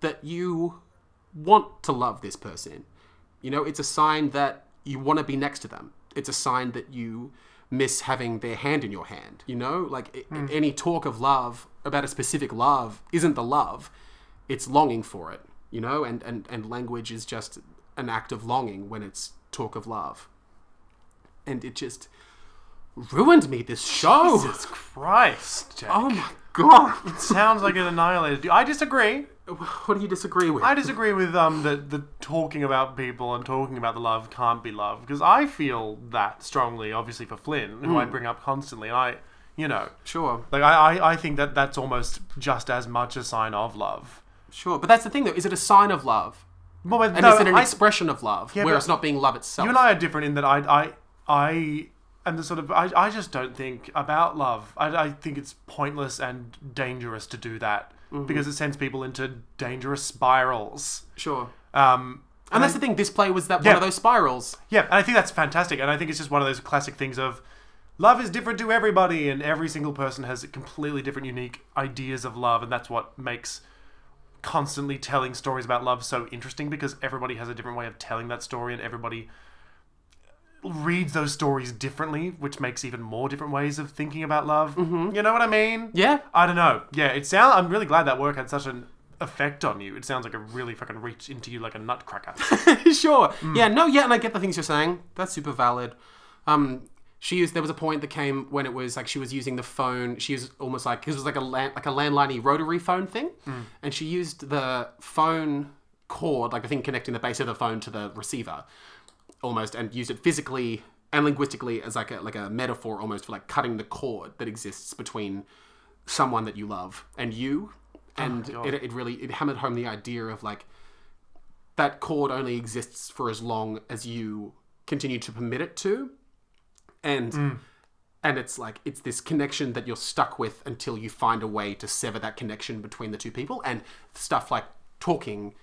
B: that you want to love this person. You know, it's a sign that you want to be next to them. It's a sign that you miss having their hand in your hand. You know, like i- any talk of love about a specific love isn't the love; it's longing for it. You know, and and and language is just an act of longing when it's talk of love. And it just ruined me. This show.
A: Jesus Christ, Jack.
B: Oh my god!
A: Sounds like it annihilated you. I disagree.
B: What do you disagree with?
A: I disagree with um the, the talking about people and talking about the love can't be love because I feel that strongly, obviously for Flynn, who
B: Hmm.
A: I bring up constantly. And I, you know,
B: Sure,
A: like I, I, I think that that's almost just as much a sign of love.
B: sure. But that's the thing, though. Is it a sign of love?
A: Well, but
B: And
A: no,
B: is it an
A: I-
B: expression of love where
A: but-
B: it's not being love itself?
A: you and I are different in that I, I, I am the sort of I, I just don't think about love. I, I think it's pointless and dangerous to do that
B: Mm-hmm.
A: because it sends people into dangerous spirals.
B: sure.
A: Um,
B: And that's the thing. This play was that
A: Yeah.
B: one of those spirals.
A: yeah, and I think that's fantastic. And I think it's just one of those classic things of love is different to everybody, and every single person has completely different, unique ideas of love, and that's what makes constantly telling stories about love so interesting because everybody has a different way of telling that story, and everybody reads those stories differently, which makes even more different ways of thinking about love. You know what I mean?
B: Mm-hmm. Yeah.
A: I don't know. Yeah, it sounds. I'm really glad that work had such an effect on you. It sounds like it really fucking reached into you like a nutcracker.
B: sure. Yeah, no, yeah, and I get the things you're saying. That's super valid. Um, she used there was a point that came when it was like she was using the phone. She was almost like because it was like a land, like a landliney rotary phone thing, and she used the phone cord, like the thing connecting the base of the phone to the receiver, almost, and used it physically and linguistically as like a like a metaphor almost for like cutting the cord that exists between someone that you love and you. And it, it really it hammered home the idea of like that chord only exists for as long as you continue to permit it to and
A: Mm.
B: and it's like it's this connection that you're stuck with until you find a way to sever that connection between the two people and stuff like talking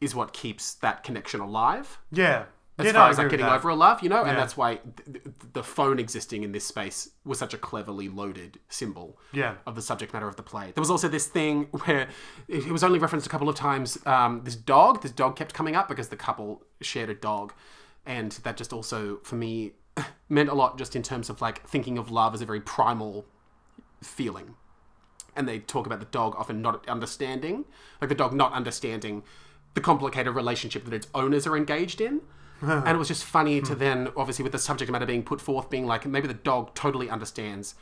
B: is what keeps that connection alive
A: Yeah.
B: as
A: yeah, no,
B: far
A: I
B: as
A: agree
B: like
A: with
B: getting
A: that.
B: over a love you know and that's why th- th- the phone existing in this space was such a cleverly loaded symbol
A: Yeah.
B: of the subject matter of the play. There was also this thing where it, it was only referenced a couple of times. Um, this dog, this dog kept coming up because the couple shared a dog, and that just also for me meant a lot, just in terms of like thinking of love as a very primal feeling. And they talk about the dog often not understanding, like the dog not understanding the complicated relationship that its owners are engaged in. and it was just funny to then, obviously, with the subject matter being put forth, being like, maybe the dog totally understands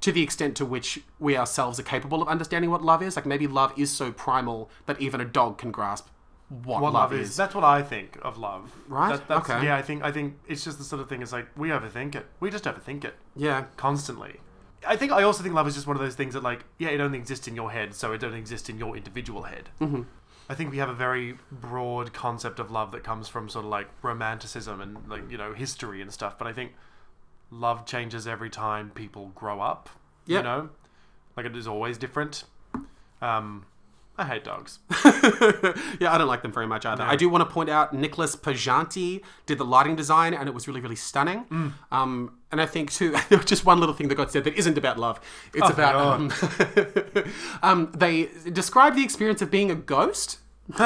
B: to the extent to which we ourselves are capable of understanding what love is. Like, maybe love is so primal that even a dog can grasp what,
A: What
B: love, is.
A: That's what I think of love.
B: Right?
A: That- that's,
B: Okay.
A: Yeah, I think I think it's just the sort of thing. It's like we overthink it. We just overthink it
B: Yeah.
A: constantly. I think I also think love is just one of those things that like yeah, it only exists in your head, so it only exists in your individual head. Mm-hmm. I think we have a very broad concept of love that comes from sort of like romanticism and like you know history and stuff. But I think love changes every time people grow up.
B: Yeah.
A: You know, like it is always different. Um, I hate dogs.
B: yeah, I don't like them very much either. I do want to point out Nicholas Pajanti did the lighting design, and it was really, really stunning.
A: Mm.
B: Um, and I think too, there was just one little thing that got said that isn't about love. It's
A: Oh,
B: about um, um, they describe the experience of being a ghost,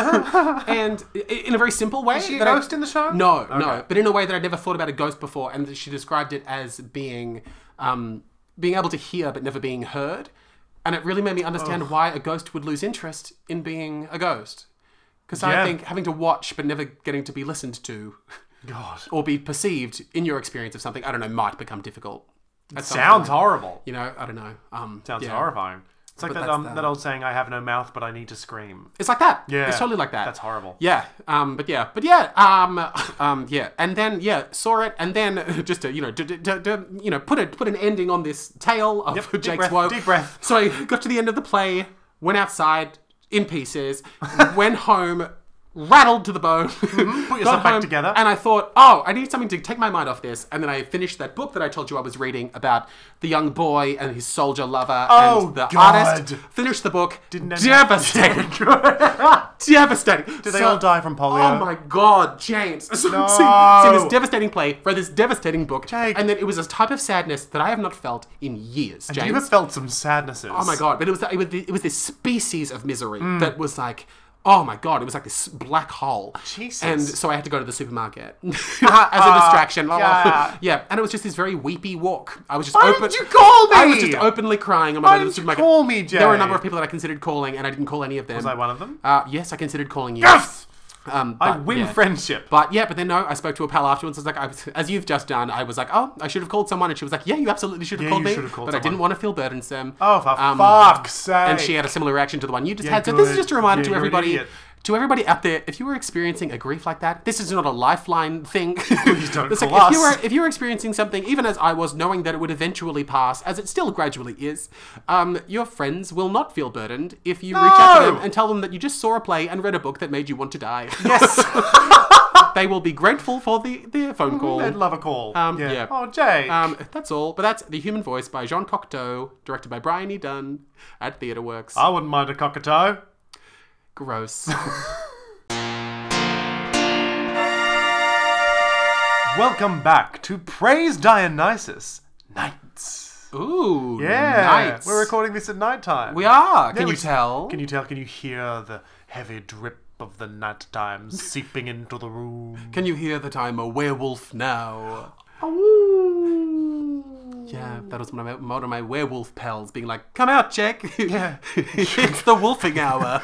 B: and i- in a very simple way.
A: Is she a
B: that I-
A: ghost in the show?
B: no, no. But in a way that I'd never thought about a ghost before, and she described it as being um, being able to hear but never being heard. And it really made me understand why a ghost would lose interest in being a ghost. Because I
A: Yeah.
B: think having to watch but never getting to be listened to
A: God,
B: or be perceived in your experience of something, I don't know, might become difficult. At some
A: sounds
B: point.
A: horrible.
B: You know, I don't know. Um,
A: Sounds
B: yeah.
A: horrifying. It's like
B: But
A: that,
B: that's
A: um,
B: the-
A: that old saying, "I have no mouth, but I need to scream."
B: It's like that.
A: Yeah.
B: It's totally like that.
A: That's horrible.
B: Yeah, um, but yeah, but yeah, um, um, yeah, and then yeah, saw it, and then just to you know, d- d- d- d- you know, put a put an ending on this tale of
A: deep
B: Jake's
A: breath,
B: woe.
A: deep breath.
B: So I got to the end of the play, went outside in pieces, went home, rattled to the bone, put
A: Mm-hmm, yourself back together.
B: and I thought, oh, I need something to take my mind off this, and then I finished that book that I told you I was reading about the young boy and his soldier lover
A: Oh,
B: and the
A: God.
B: artist. Finished the book,
A: Didn't end up-
B: devastated devastating. Did
A: they all die from polio?
B: Oh my god, James! So I'm
A: No.
B: seeing, seeing this devastating play for this devastating book,
A: Jake.
B: and then it was a type of sadness that I have not felt in years, James.
A: You have felt some sadnesses.
B: oh my god! But it was it was, it was this species of misery
A: Mm.
B: that was like. Oh my god! It was like this black hole,
A: Jesus.
B: and so I had to go to the supermarket as a distraction.
A: yeah.
B: Yeah. and it was just this very weepy walk. I was just
A: Why
B: open.
A: did you call me?
B: I was just openly crying on my
A: Why
B: way to the
A: didn't you
B: supermarket.
A: call me,
B: There were a
A: Jay?
B: number of people that I considered calling, and I didn't call any of them.
A: Was I one Ah, of them?
B: Uh, yes, I considered calling you.
A: Yes!
B: Um,
A: I
B: but-
A: win
B: yeah.
A: friendship.
B: But yeah, but then no, I spoke to a pal afterwards. I was like, I was, as you've just done, I was like, oh, I should have called someone, and she was like, yeah, you absolutely should have
A: Yeah,
B: called
A: you
B: me,
A: should have called
B: but I
A: someone.
B: didn't want to feel burdensome.
A: Oh, for fuck's sake.
B: Um, And she had a similar reaction to the one you just had. So
A: good.
B: this is just a reminder
A: Yeah,
B: to
A: you're an
B: everybody
A: idiot.
B: to everybody out there, if you were experiencing a grief like that, this is not a lifeline thing. Please
A: don't
B: it's
A: call
B: like, If you,
A: us.
B: were, if you were experiencing something, even as I was, knowing that it would eventually pass, as it still gradually is, um, your friends will not feel burdened if you reach out to
A: No.
B: them and tell them that you just saw a play and read a book that made you want to die.
A: Yes.
B: they will be grateful for the, the phone call.
A: I'd love a call.
B: Um, yeah.
A: Oh, Jay.
B: Um, that's all. But that's The Human Voice by Jean Cocteau, directed by Brian E. Dunn at TheatreWorks.
A: I wouldn't mind a cockatoo.
B: Gross.
A: Welcome back to Praise Dionysus Nights.
B: Ooh.
A: Yeah.
B: Nice.
A: We're recording this at nighttime.
B: We are. Can
A: we
B: you
A: s-
B: tell?
A: Can you tell? Can you hear the heavy drip of the nighttime seeping into the room?
B: Can you hear that I'm a werewolf now? Yeah, that was one of my, one of my werewolf pals being like, come out, Jack. Yeah. it's the wolfing hour.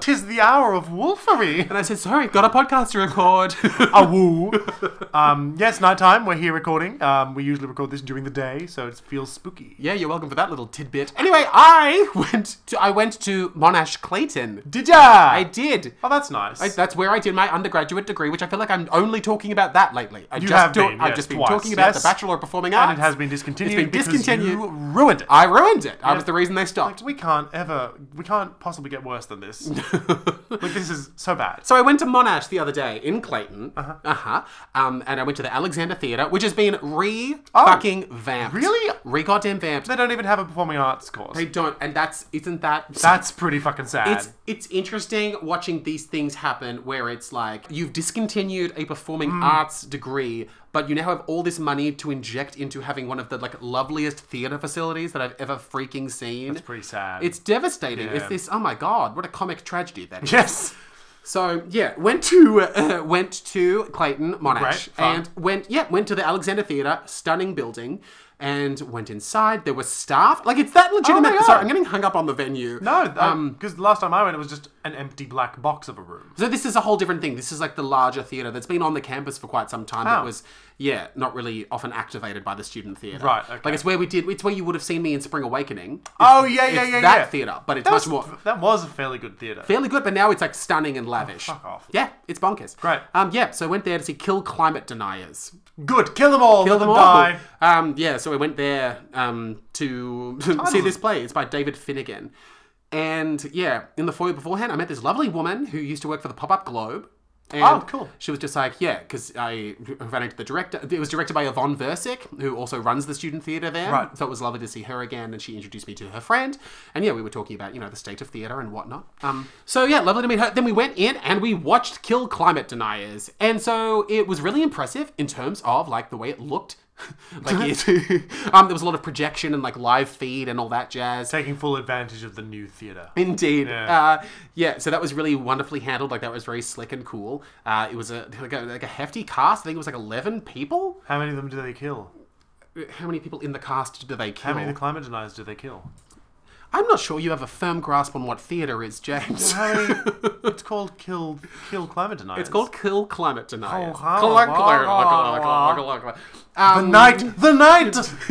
A: Tis the hour of wolfery.
B: and I said, sorry, got a podcast to record.
A: Ah, woo. um, yes, nighttime. We're here recording. Um, we usually record this during the day, so it feels spooky.
B: yeah, you're welcome for that little tidbit. Anyway, I went to, I went to Monash Clayton.
A: Did ya?
B: I did.
A: Oh, that's nice.
B: I, that's where I did my undergraduate degree, which I feel like I'm only talking about that lately. I just
A: have
B: do-
A: been,
B: I've
A: yes,
B: just been
A: twice,
B: talking about
A: yes.
B: the Bachelor of Performing Arts.
A: and it has been discontinued.
B: It's been
A: because
B: discontinued.
A: You ruined it.
B: I ruined it. I was the reason they stopped.
A: We can't ever. We can't possibly get worse than this. like this is so bad.
B: So I went to Monash the other day in Clayton.
A: Uh-huh.
B: Uh huh. Um, and I went to the Alexander Theatre, which has been re fucking vamped.
A: Oh. really?
B: Re goddamn vamped.
A: They don't even have a performing arts course.
B: They don't. And that's isn't that
A: That's pretty fucking sad.
B: It's it's interesting watching these things happen where it's like you've discontinued a performing
A: Mm.
B: arts degree, but you now have all this money to inject into having one of the like loveliest theater facilities that I've ever freaking seen.
A: It's pretty sad.
B: It's devastating. It's
A: Yeah.
B: this. Oh my god! What a comic tragedy that is.
A: yes.
B: So yeah, went to uh, went to Clayton
A: Great,
B: Monash
A: fun.
B: and went yeah went to the Alexander Theatre, stunning building, and went inside. There was staff. Like it's that legitimate.
A: Oh God.
B: Sorry, I'm getting hung up on the venue.
A: No,
B: um,
A: because Um, last time I went, it was just an empty black box of a room.
B: So this is a whole different thing. This is like the larger theatre that's been on the campus for quite some time. That
A: Oh.
B: was, yeah, not really often activated by the student theatre.
A: Right, okay.
B: Like it's where we did. It's where you would have seen me in Spring Awakening.
A: Oh yeah,
B: It's
A: yeah, yeah,
B: that
A: yeah.
B: theatre, but it's
A: That
B: much
A: was,
B: more
A: that was a fairly good theater.
B: fairly good. But now it's like stunning and lavish.
A: Oh, fuck off.
B: Yeah, it's bonkers.
A: Great.
B: Um, yeah. So I went there to see Kill Climate Deniers.
A: Good, kill them all,
B: Kill
A: let
B: them
A: them,
B: all.
A: die.
B: Um, yeah. So I went there um to see this play. It's by David Finnegan. And yeah, in the foyer beforehand, I met this lovely woman who used to work for the Pop Up Globe. And
A: Oh, cool.
B: She was just like, yeah, because I ran into the director. It was directed by Yvonne Versick, who also runs the student theatre there.
A: Right.
B: So it was lovely to see her again, and she introduced me to her friend. And yeah, we were talking about, you know, the state of theatre and whatnot. Um, so yeah, lovely to meet her. Then we went in and we watched Kill Climate Deniers. And so it was really impressive in terms of, like, the way it looked. like, it, um, there was a lot of projection and, like, live feed and all that jazz.
A: Taking full advantage of the new theater.
B: Indeed.
A: Yeah.
B: Uh, yeah, so that was really wonderfully handled. Like, that was very slick and cool. Uh, it was a like, a like a hefty cast. I think it was like 11 people.
A: How many of them do they kill?
B: How many people in the cast do they
A: How
B: kill?
A: many of the climate deniers do they kill?
B: I'm not sure you have a firm grasp on what theatre is, James.
A: How many? it's called kill, kill climate deniers.
B: It's called Kill Climate Deniers.
A: Oh, how-
B: Um,
A: the night. The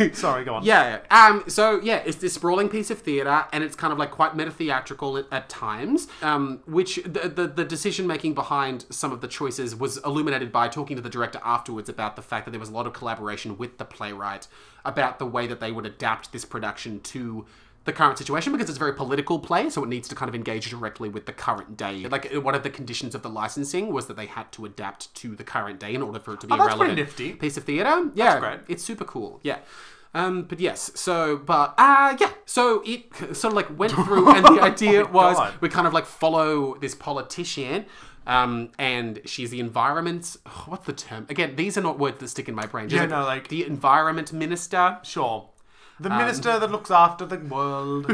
A: night. Sorry, go on.
B: Yeah. Um. So yeah, it's this sprawling piece of theatre, and it's kind of like quite meta-theatrical at, at times. Um. Which the the, the decision making behind some of the choices was illuminated by talking to the director afterwards about the fact that there was a lot of collaboration with the playwright about the way that they would adapt this production to. The current situation because it's a very political play, so it needs to kind of engage directly with the current day. Like one of the conditions of the licensing was that they had to adapt to the current day in order for it to be
A: Oh, that's
B: relevant.
A: pretty nifty.
B: Piece of theatre, yeah,
A: great.
B: it's super cool. Yeah. Um, but yes, so but uh yeah, so it sort of like went through, and the idea
A: Oh my
B: was
A: God.
B: we kind of like follow this politician, um, and she's the environment. oh, what's the term? Again, these are not words that stick in my brain. She's
A: Yeah, no, like-
B: the environment minister.
A: Sure.
B: Um,
A: The minister that looks after the world.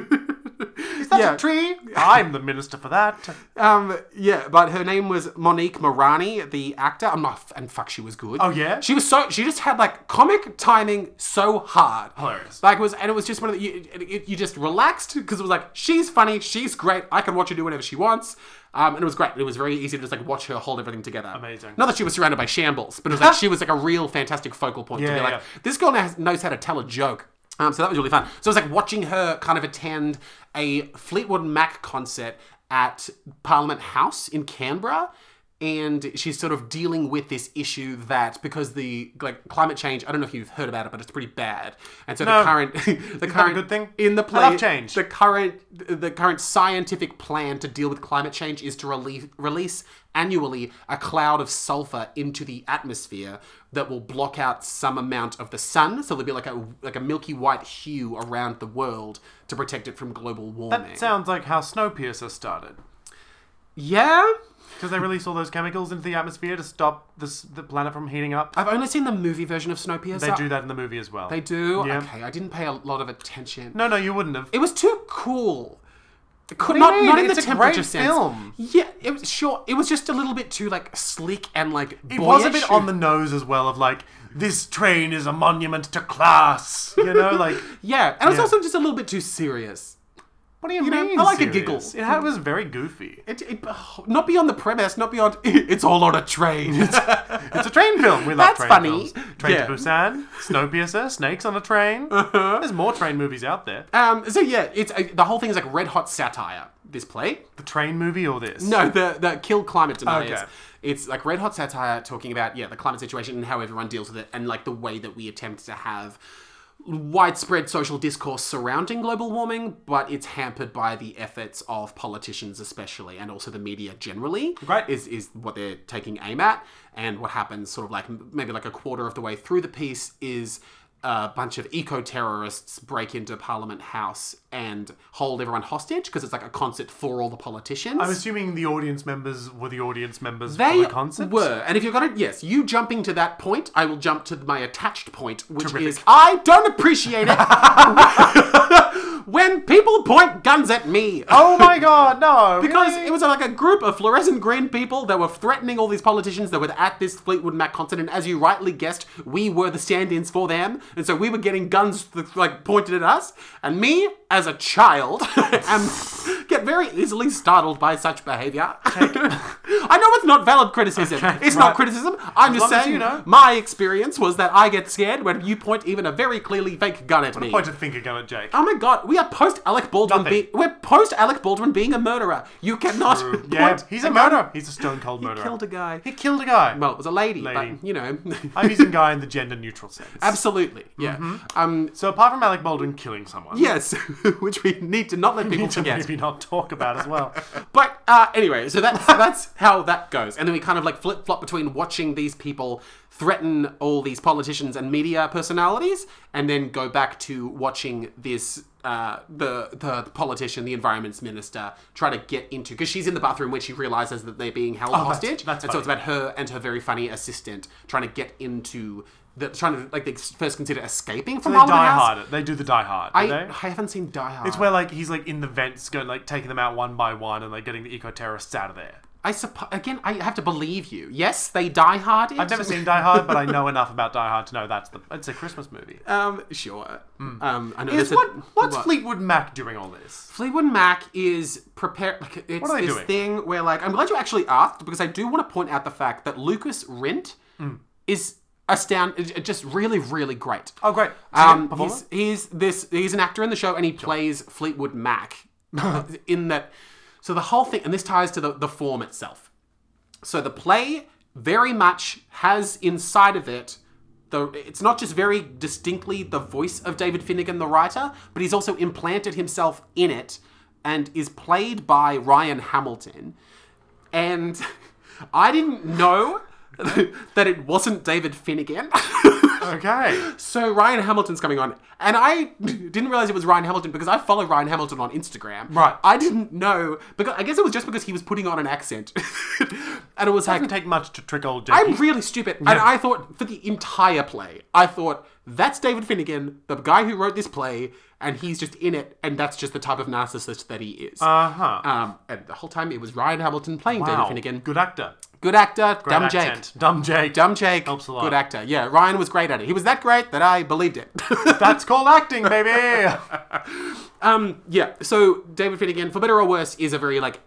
A: Is that
B: Yeah.
A: a tree? I'm the minister for that.
B: Um, yeah, but her name was Monique Morani, the actor. I'm not, and fuck, she was good.
A: Oh, yeah?
B: she was so. She just had like comic timing so hard.
A: Hilarious.
B: Like it was, and it was just one of the. You, it, it- you just relaxed because it was like she's funny, she's great. I can watch her do whatever she wants. Um, and it was great. It was very easy to just like watch her hold everything together.
A: Amazing.
B: Not that she was surrounded by shambles, but it was like she was like a real fantastic focal point to
A: Yeah,
B: be like,
A: yeah.
B: this girl knows, knows how to tell a joke. Um, so that was really fun. So it was like watching her kind of attend a Fleetwood Mac concert at Parliament House in Canberra. And she's sort of dealing with this issue that because the like climate change, I don't know if you've heard about it, but it's pretty bad. And so the
A: No.
B: current, the current
A: good thing?
B: in the
A: I love
B: play,
A: change.
B: the current the current scientific plan to deal with climate change is to release release annually a cloud of sulfur into the atmosphere that will block out some amount of the sun so there'll be like a like a milky white hue around the world to protect it from global warming
A: That sounds like how Snowpiercer started.
B: yeah
A: Because they release all those chemicals into the atmosphere to stop this, the planet from heating up.
B: i've only seen the movie version of snowpiercer
A: They do that in the movie as well.
B: Uh, they do
A: Yeah.
B: okay i didn't pay a lot of attention
A: No, no, you wouldn't have.
B: It was too cool. It Could,
A: do you
B: not,
A: mean?
B: not in the
A: It's a
B: temperature
A: great
B: sense.
A: film.
B: Yeah, it was sure. It was just a little bit too like sleek and like.
A: It was a bit on the nose as well of like, this train is a monument to class. You know, like,
B: Yeah, and it was
A: Yeah.
B: also just a little bit too serious.
A: what do you,
B: know,
A: mean?
B: I like a
A: serious?
B: giggle.
A: It had- was very goofy.
B: It, it oh, not beyond the premise, not beyond. It's all on a train.
A: It's a train film. We love
B: That's
A: train
B: funny.
A: films. Train
B: Yeah.
A: to
B: Uh-huh.
A: Busan, Snowpiercer, Snakes on a Train. There's more train movies out there.
B: um. So yeah, it's uh, the whole thing is like red hot satire. This play.
A: The train movie or this?
B: No, the the kill climate deniers.
A: Okay.
B: It's like red hot satire talking about yeah the climate situation and how everyone deals with it and like the way that we attempt to have widespread social discourse surrounding global warming, but it's hampered by the efforts of politicians especially and also the media generally.
A: Right.
B: is is what they're taking aim at and what happens sort of like m- maybe like a quarter of the way through the piece is. A bunch of eco terrorists break into Parliament House and hold everyone hostage because it's like a concert for all the politicians.
A: I'm assuming the audience members were the audience members
B: They
A: for the concert.
B: were, and if you're gonna, yes, you jumping to that point, I will jump to my attached point, which
A: Terrific.
B: is I don't appreciate it when people point guns at me.
A: Oh my god, no!
B: Because
A: really?
B: it was like a group of fluorescent green people that were threatening all these politicians that were at this Fleetwood Mac concert, and as you rightly guessed, we were the stand-ins for them, and so we were getting guns th- like pointed at us, and me as a child am get very easily startled by such behaviour. I know it's not valid criticism. it's not
A: right.
B: criticism. I'm just
A: long as
B: saying
A: you know.
B: my experience was that I get scared when you point even a very clearly fake gun at me.
A: Point a finger gun at Jake.
B: Oh my god, we are post Alec Baldwin.
A: Nothing.
B: Be- we're post Alec Baldwin being a murderer. You cannot. Point
A: yeah, he's a
B: gun-
A: murderer. He's a stone cold
B: He
A: murderer.
B: killed a guy.
A: He killed a guy.
B: Well, it was a lady,
A: Lady.
B: but you know.
A: I'm using guy in the gender neutral sense.
B: Absolutely, yeah.
A: Mm-hmm.
B: Um,
A: so apart from Alec Baldwin killing someone,
B: yes, which we need to not let people
A: need to
B: forget.
A: maybe not talk about as well.
B: But uh, anyway, so that's that's how that goes, and then we kind of like flip flop between watching these people threaten all these politicians and media personalities, and then go back to watching this uh, the the politician, the environment's minister, try to get into because she's in the bathroom when she realizes that they're being held hostage,
A: Oh, that's
B: and so it's about her and her very funny assistant trying to get into. The, trying to like they first consider escaping from
A: They
B: Parliament
A: die
B: House.
A: hard. They do the die hard. do
B: I,
A: they?
B: I haven't seen Die Hard.
A: It's where like he's like in the vents, going like taking them out one by one, and like getting the eco terrorists out of there.
B: I suppo- again, I have to believe you. Yes, they die hard.
A: I've never seen Die Hard, but I know enough about Die Hard to know that's the it's a Christmas movie.
B: Um, sure. Um, I know
A: Is
B: there's a-
A: what what's
B: what?
A: Fleetwood Mac doing all this?
B: Fleetwood Mac is prepared. Like, it's
A: are they
B: this
A: doing?
B: thing where, like, I'm glad you actually asked because I do want to point out the fact that Lucas Rent is astound, just really, really great.
A: Oh, great!
B: Um,
A: Performer?
B: he's, he's this he's an actor in the show and he plays Fleetwood Mac in that. So the whole thing, and this ties to the, the form itself. So the play very much has inside of it. The, it's not just very distinctly the voice of David Finnegan, the writer, but he's also implanted himself in it and is played by Ryan Hamilton. And I didn't know that it wasn't David Finnegan.
A: okay.
B: So Ryan Hamilton's coming on, and I didn't realize it was Ryan Hamilton because I follow Ryan Hamilton on Instagram.
A: Right.
B: I didn't know because I guess it was just because he was putting on an accent, and it was like
A: Doesn't take much to trick old
B: I'm
A: Jakey.
B: really stupid. And I thought for the entire play, I thought that's David Finnegan, the guy who wrote this play, and he's just in it, and that's just the type of narcissist that he is.
A: Uh huh.
B: um, and the whole time it was Ryan Hamilton playing David Finnegan.
A: Good actor.
B: Good actor, dumb
A: Bad
B: Jake.
A: accent. Dumb Jake.
B: Dumb Jake,
A: Helps a lot.
B: good actor. Yeah, Ryan was great at it. He was that great that I believed it.
A: That's called acting, baby.
B: Um, yeah. So David Finnegan, for better or worse, is a very like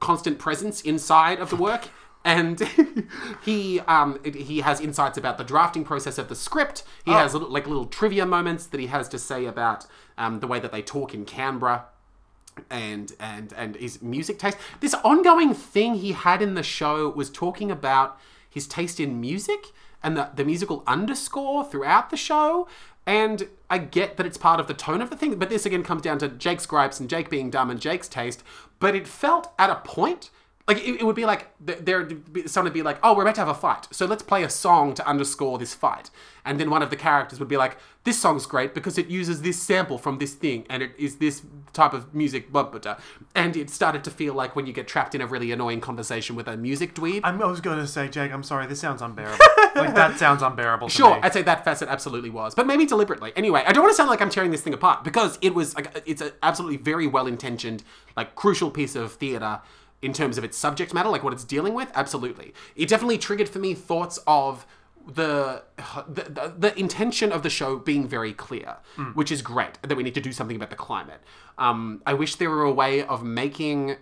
B: constant presence inside of the work, and he um he has insights about the drafting process of the script. He has little, like little trivia moments that he has to say about um the way that they talk in Canberra. and and and his music taste. This ongoing thing he had in the show was talking about his taste in music and the, the musical underscore throughout the show. And I get that it's part of the tone of the thing, but this again comes down to Jake's gripes and Jake being dumb and Jake's taste. But it felt at a point like it, it would be like th- there'd be someone would be like, "Oh, we're about to have a fight, so let's play a song to underscore this fight." And then one of the characters would be like, "This song's great because it uses this sample from this thing, and it is this type of music." Blah blah. blah. And it started to feel like when you get trapped in a really annoying conversation with a music dweeb.
A: I'm, I was going to say, Jake, I'm sorry. This sounds unbearable. like that sounds unbearable. To
B: Sure,
A: me.
B: I'd say that facet absolutely was, but maybe deliberately. Anyway, I don't want to sound like I'm tearing this thing apart because it was like it's an absolutely very well intentioned, like crucial piece of theater in terms of its subject matter, like what it's dealing with. Absolutely, it definitely triggered for me thoughts of. The, the the- the intention of the show being very clear, which is great. That we need to do something about the climate. Um, I wish there were a way of making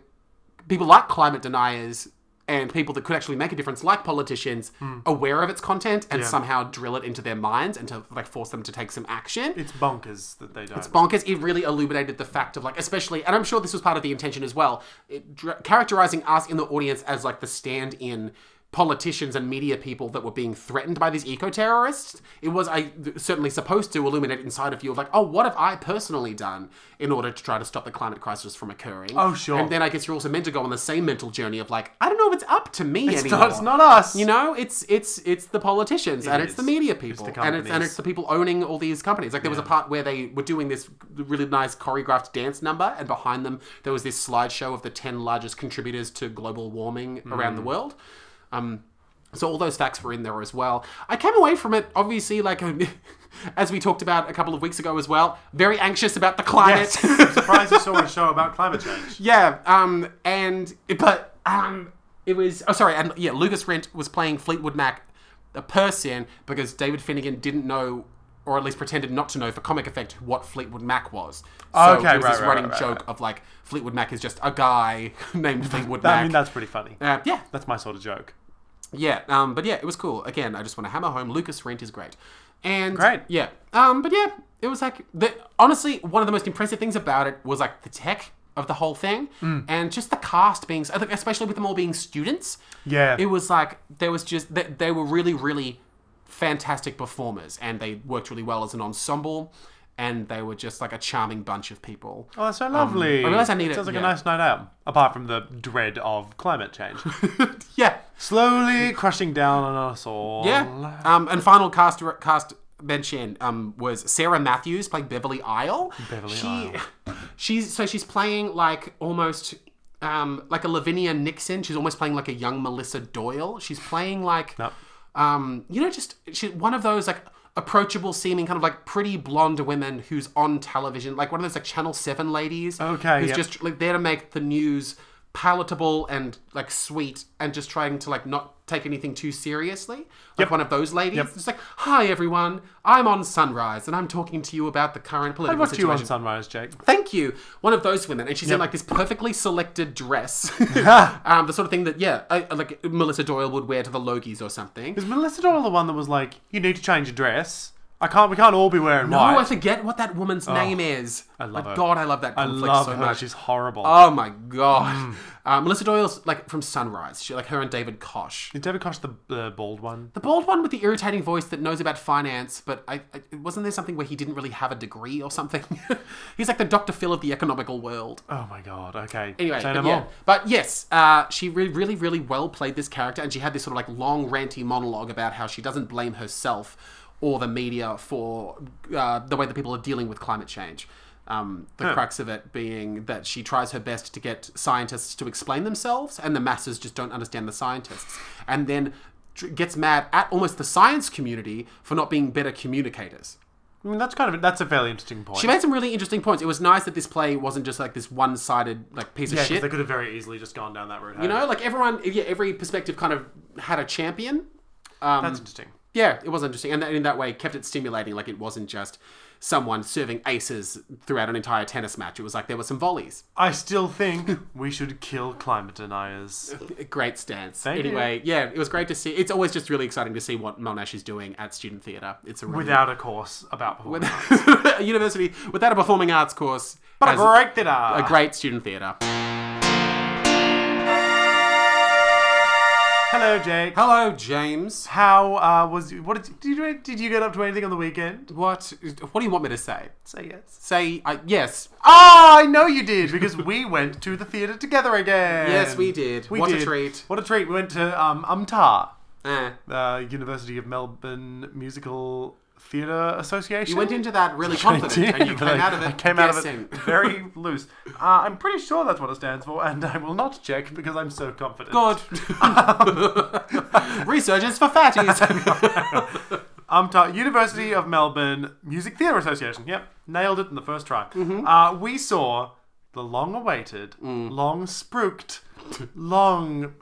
B: people like climate deniers and people that could actually make a difference, like politicians, aware of its content and somehow drill it into their minds and to like force them to take some action.
A: It's bonkers that they don't.
B: It's bonkers. It really illuminated the fact of like, especially, and I'm sure this was part of the intention as well, it, dr- characterizing us in the audience as like the stand-in politicians and media people that were being threatened by these eco-terrorists. It was I certainly supposed to illuminate inside of you of like, oh, what have I personally done in order to try to stop the climate crisis from occurring?
A: Oh, sure.
B: And then I guess you're also meant to go on the same mental journey of like, I don't know if it's up to me
A: It's
B: anymore.
A: not, it's not us.
B: You know, it's it's it's the politicians and it's
A: is.
B: the media people
A: the
B: and it's and
A: companies.
B: it's the people owning all these companies. Like there was a part where they were doing this really nice choreographed dance number, and behind them there was this slideshow of the ten largest contributors to global warming around
A: Mm.
B: the world. Um, so all those facts were in there as well. I came away from it obviously like. As we talked about a couple of weeks ago as well, very anxious about the climate.
A: Yes. I'm surprised you saw a show about climate change.
B: Yeah, um, and but um, it was oh sorry, and yeah, Lucas Rent was playing Fleetwood Mac, a person because David Finnegan didn't know, or at least pretended not to know for comic effect what Fleetwood Mac was. So
A: Okay,
B: it was
A: right,
B: this
A: right,
B: running
A: right, right,
B: joke of like Fleetwood Mac is just a guy named Fleetwood
A: That-
B: Mac.
A: I mean, that's pretty funny.
B: uh, yeah,
A: That's my sort of joke.
B: yeah, um, but yeah, it was cool. Again, I just want to hammer home Lucas Rent is great, and
A: Great.
B: yeah, um, but yeah, it was like the honestly one of the most impressive things about it was like the tech of the whole thing,
A: Mm.
B: and just the cast being, I think especially with them all being students,
A: Yeah.
B: it was like there was just they, they were really really fantastic performers, and they worked really well as an ensemble, and they were just like a charming bunch of people.
A: Oh, that's so lovely.
B: Um, I realise I need it,
A: Sounds like
B: yeah.
A: a nice night out, apart from the dread of climate change.
B: yeah,
A: Slowly crushing down on us all.
B: Yeah. Um, and final cast cast mention um, was Sarah Matthews playing Beverly Isle.
A: Beverly
B: she, She's so she's playing like almost um, like a Lavinia Nixon. She's almost playing like a young Melissa Doyle. She's playing like
A: Yep.
B: um, you know just she, one of those like approachable seeming kind of like pretty blonde women who's on television like one of those like channel 7 ladies
A: Okay,
B: who's
A: yep.
B: just just like there to make the news palatable and like sweet and just trying to like not take anything too seriously like one of those ladies just like hi everyone i'm on sunrise and i'm talking to you about the current political
A: What's you
B: situation
A: on Sunrise, Jake?
B: thank you one of those women and she's in like this perfectly selected dress um, the sort of thing that yeah I, like melissa doyle would wear to the logies or something
A: Is Melissa Doyle the one that was like, "You need to change your dress. I can't. We can't all be wearing
B: no i
A: white."
B: forget what that woman's name is i
A: Oh, love her.
B: god i love that
A: I
B: conflict
A: love
B: so
A: her.
B: much
A: She's horrible.
B: Oh my god, uh, Melissa Doyle's like from Sunrise. She like her and David Kosh,
A: Is David Koch the the bald one?
B: the bald one with the irritating voice that knows about finance. But I, I wasn't there something where he didn't really have a degree or something. He's like the Doctor Phil of the economical world.
A: Oh my god. Okay.
B: Anyway,
A: Say
B: but,
A: no
B: yeah.
A: more.
B: But yes, uh, she re- really, really well played this character, and she had this sort of like long ranty monologue about how she doesn't blame herself or the media for uh, the way that people are dealing with climate change. Um, the crux of it being that she tries her best to get scientists to explain themselves, and the masses just don't understand the scientists, and then tr- gets mad at almost the science community for not being better communicators.
A: I mean, that's kind of that's a fairly interesting point.
B: She made some really interesting points. It was nice that this play wasn't just like this one-sided like piece
A: yeah,
B: of
A: 'cause
B: shit.
A: they could have very easily just gone down that route.
B: You know, like everyone, yeah, every perspective kind of had a champion. Um,
A: that's interesting.
B: yeah, it was interesting, and that- in that way, kept it stimulating. Like it wasn't just someone serving aces throughout an entire tennis match. It was like there were some volleys.
A: I still think we should kill climate deniers.
B: Great stance.
A: Thank you.
B: anyway, yeah, it was great to see. It's always just really exciting to see what Monash is doing at student theatre. It's a really
A: Without a course about performing.
B: a university without a performing arts course,
A: But a
B: has
A: great dinner.
B: a great student theatre.
A: Hello, Jake.
B: Hello, James.
A: How uh, was? What did you, did you did you get up to anything on the weekend?
B: What? What do you want me to say?
A: Say yes.
B: Say uh, yes.
A: Oh, I know you did because we went to the theater together again.
B: Yes, we did.
A: We
B: what a
A: did.
B: treat.
A: What a treat! We went to um, UMTA,
B: Eh.
A: the University of Melbourne Musical Theatre Association.
B: You went into that really
A: I
B: confident,
A: did,
B: and you
A: but
B: came
A: I-
B: out of it
A: I came out of
B: guessing.
A: it very loose. Uh, I'm pretty sure that's what it stands for, and I will not check because I'm so confident.
B: God. Researchers for fatties.
A: UMTA, University of Melbourne Music Theatre Association. Yep, nailed it in the first try. Uh, we saw the long-awaited, long-spooked, long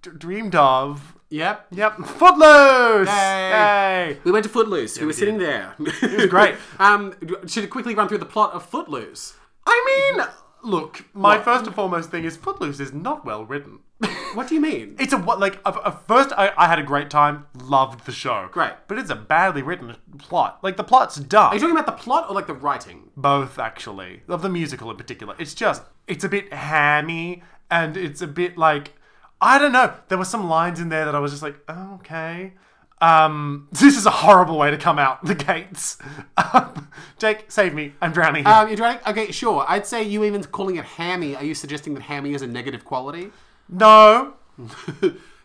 A: dreamed of.
B: yep.
A: Yep, Footloose.
B: Yay.
A: Yay.
B: We went to Footloose. we were sitting there. It was
A: great.
B: um, should I quickly run through the plot of Footloose?
A: I mean, look, my
B: What?
A: first and foremost thing is Footloose is not well written.
B: What do you mean?
A: It's a what like a, a first I, I had a great time, loved the show.
B: Great.
A: But it's a badly written plot. Like the plot's dumb.
B: Are you talking about the plot or like the writing?
A: both actually of the musical in particular it's just it's a bit hammy and it's a bit like i don't know there were some lines in there that i was just like oh, okay um this is a horrible way to come out the gates um, jake save me i'm drowning here.
B: Um, you're trying to, okay, sure. I'd say you even calling it hammy. Are you suggesting that hammy is a negative quality?
A: no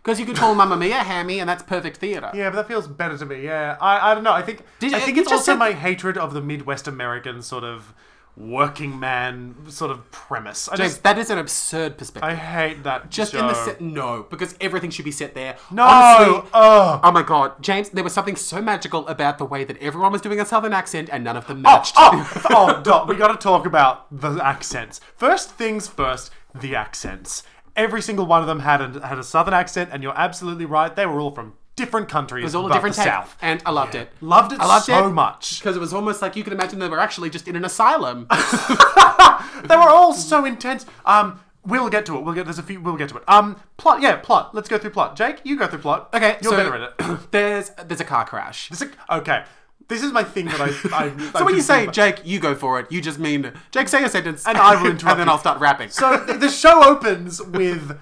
B: Because you could call Mamma Mia hammy, and that's perfect theatre.
A: yeah but that feels better to me yeah i, I don't know i think
B: Did-
A: i think
B: you
A: it's
B: just
A: also
B: said-
A: my hatred of the midwest american sort of working man sort of premise i
B: James,
A: just
B: that is an absurd perspective.
A: i hate that
B: Just in the
A: show.
B: set, no, because everything should be set there.
A: no
B: Honestly,
A: ugh.
B: Oh my god, James, there was something so magical about the way that everyone was doing a southern accent and none of them matched.
A: Oh, oh, Doc, we gotta talk about the accents. First things first, the accents. Every single one of them had a, had a southern accent, and you're absolutely right. They were all from different countries. It
B: It was all a
A: but
B: different
A: the
B: take,
A: South.
B: and I loved it.
A: Loved it
B: I loved
A: so
B: it.
A: much.
B: Because it was almost like you could imagine they were actually just in an asylum.
A: They were all so intense. Um, we'll get to it. We'll get there's a few. We'll get to it. Um, plot. Yeah, plot. Let's go through plot. Jake, you go through plot.
B: Okay,
A: you're
B: so
A: better at it.
B: there's there's a car crash.
A: This is- okay, this is my thing that I. I
B: so when you say Jake, you go for it. You just mean Jake, say a sentence, and
A: I will interrupt
B: and then
A: you.
B: I'll start rapping.
A: So th- the show opens with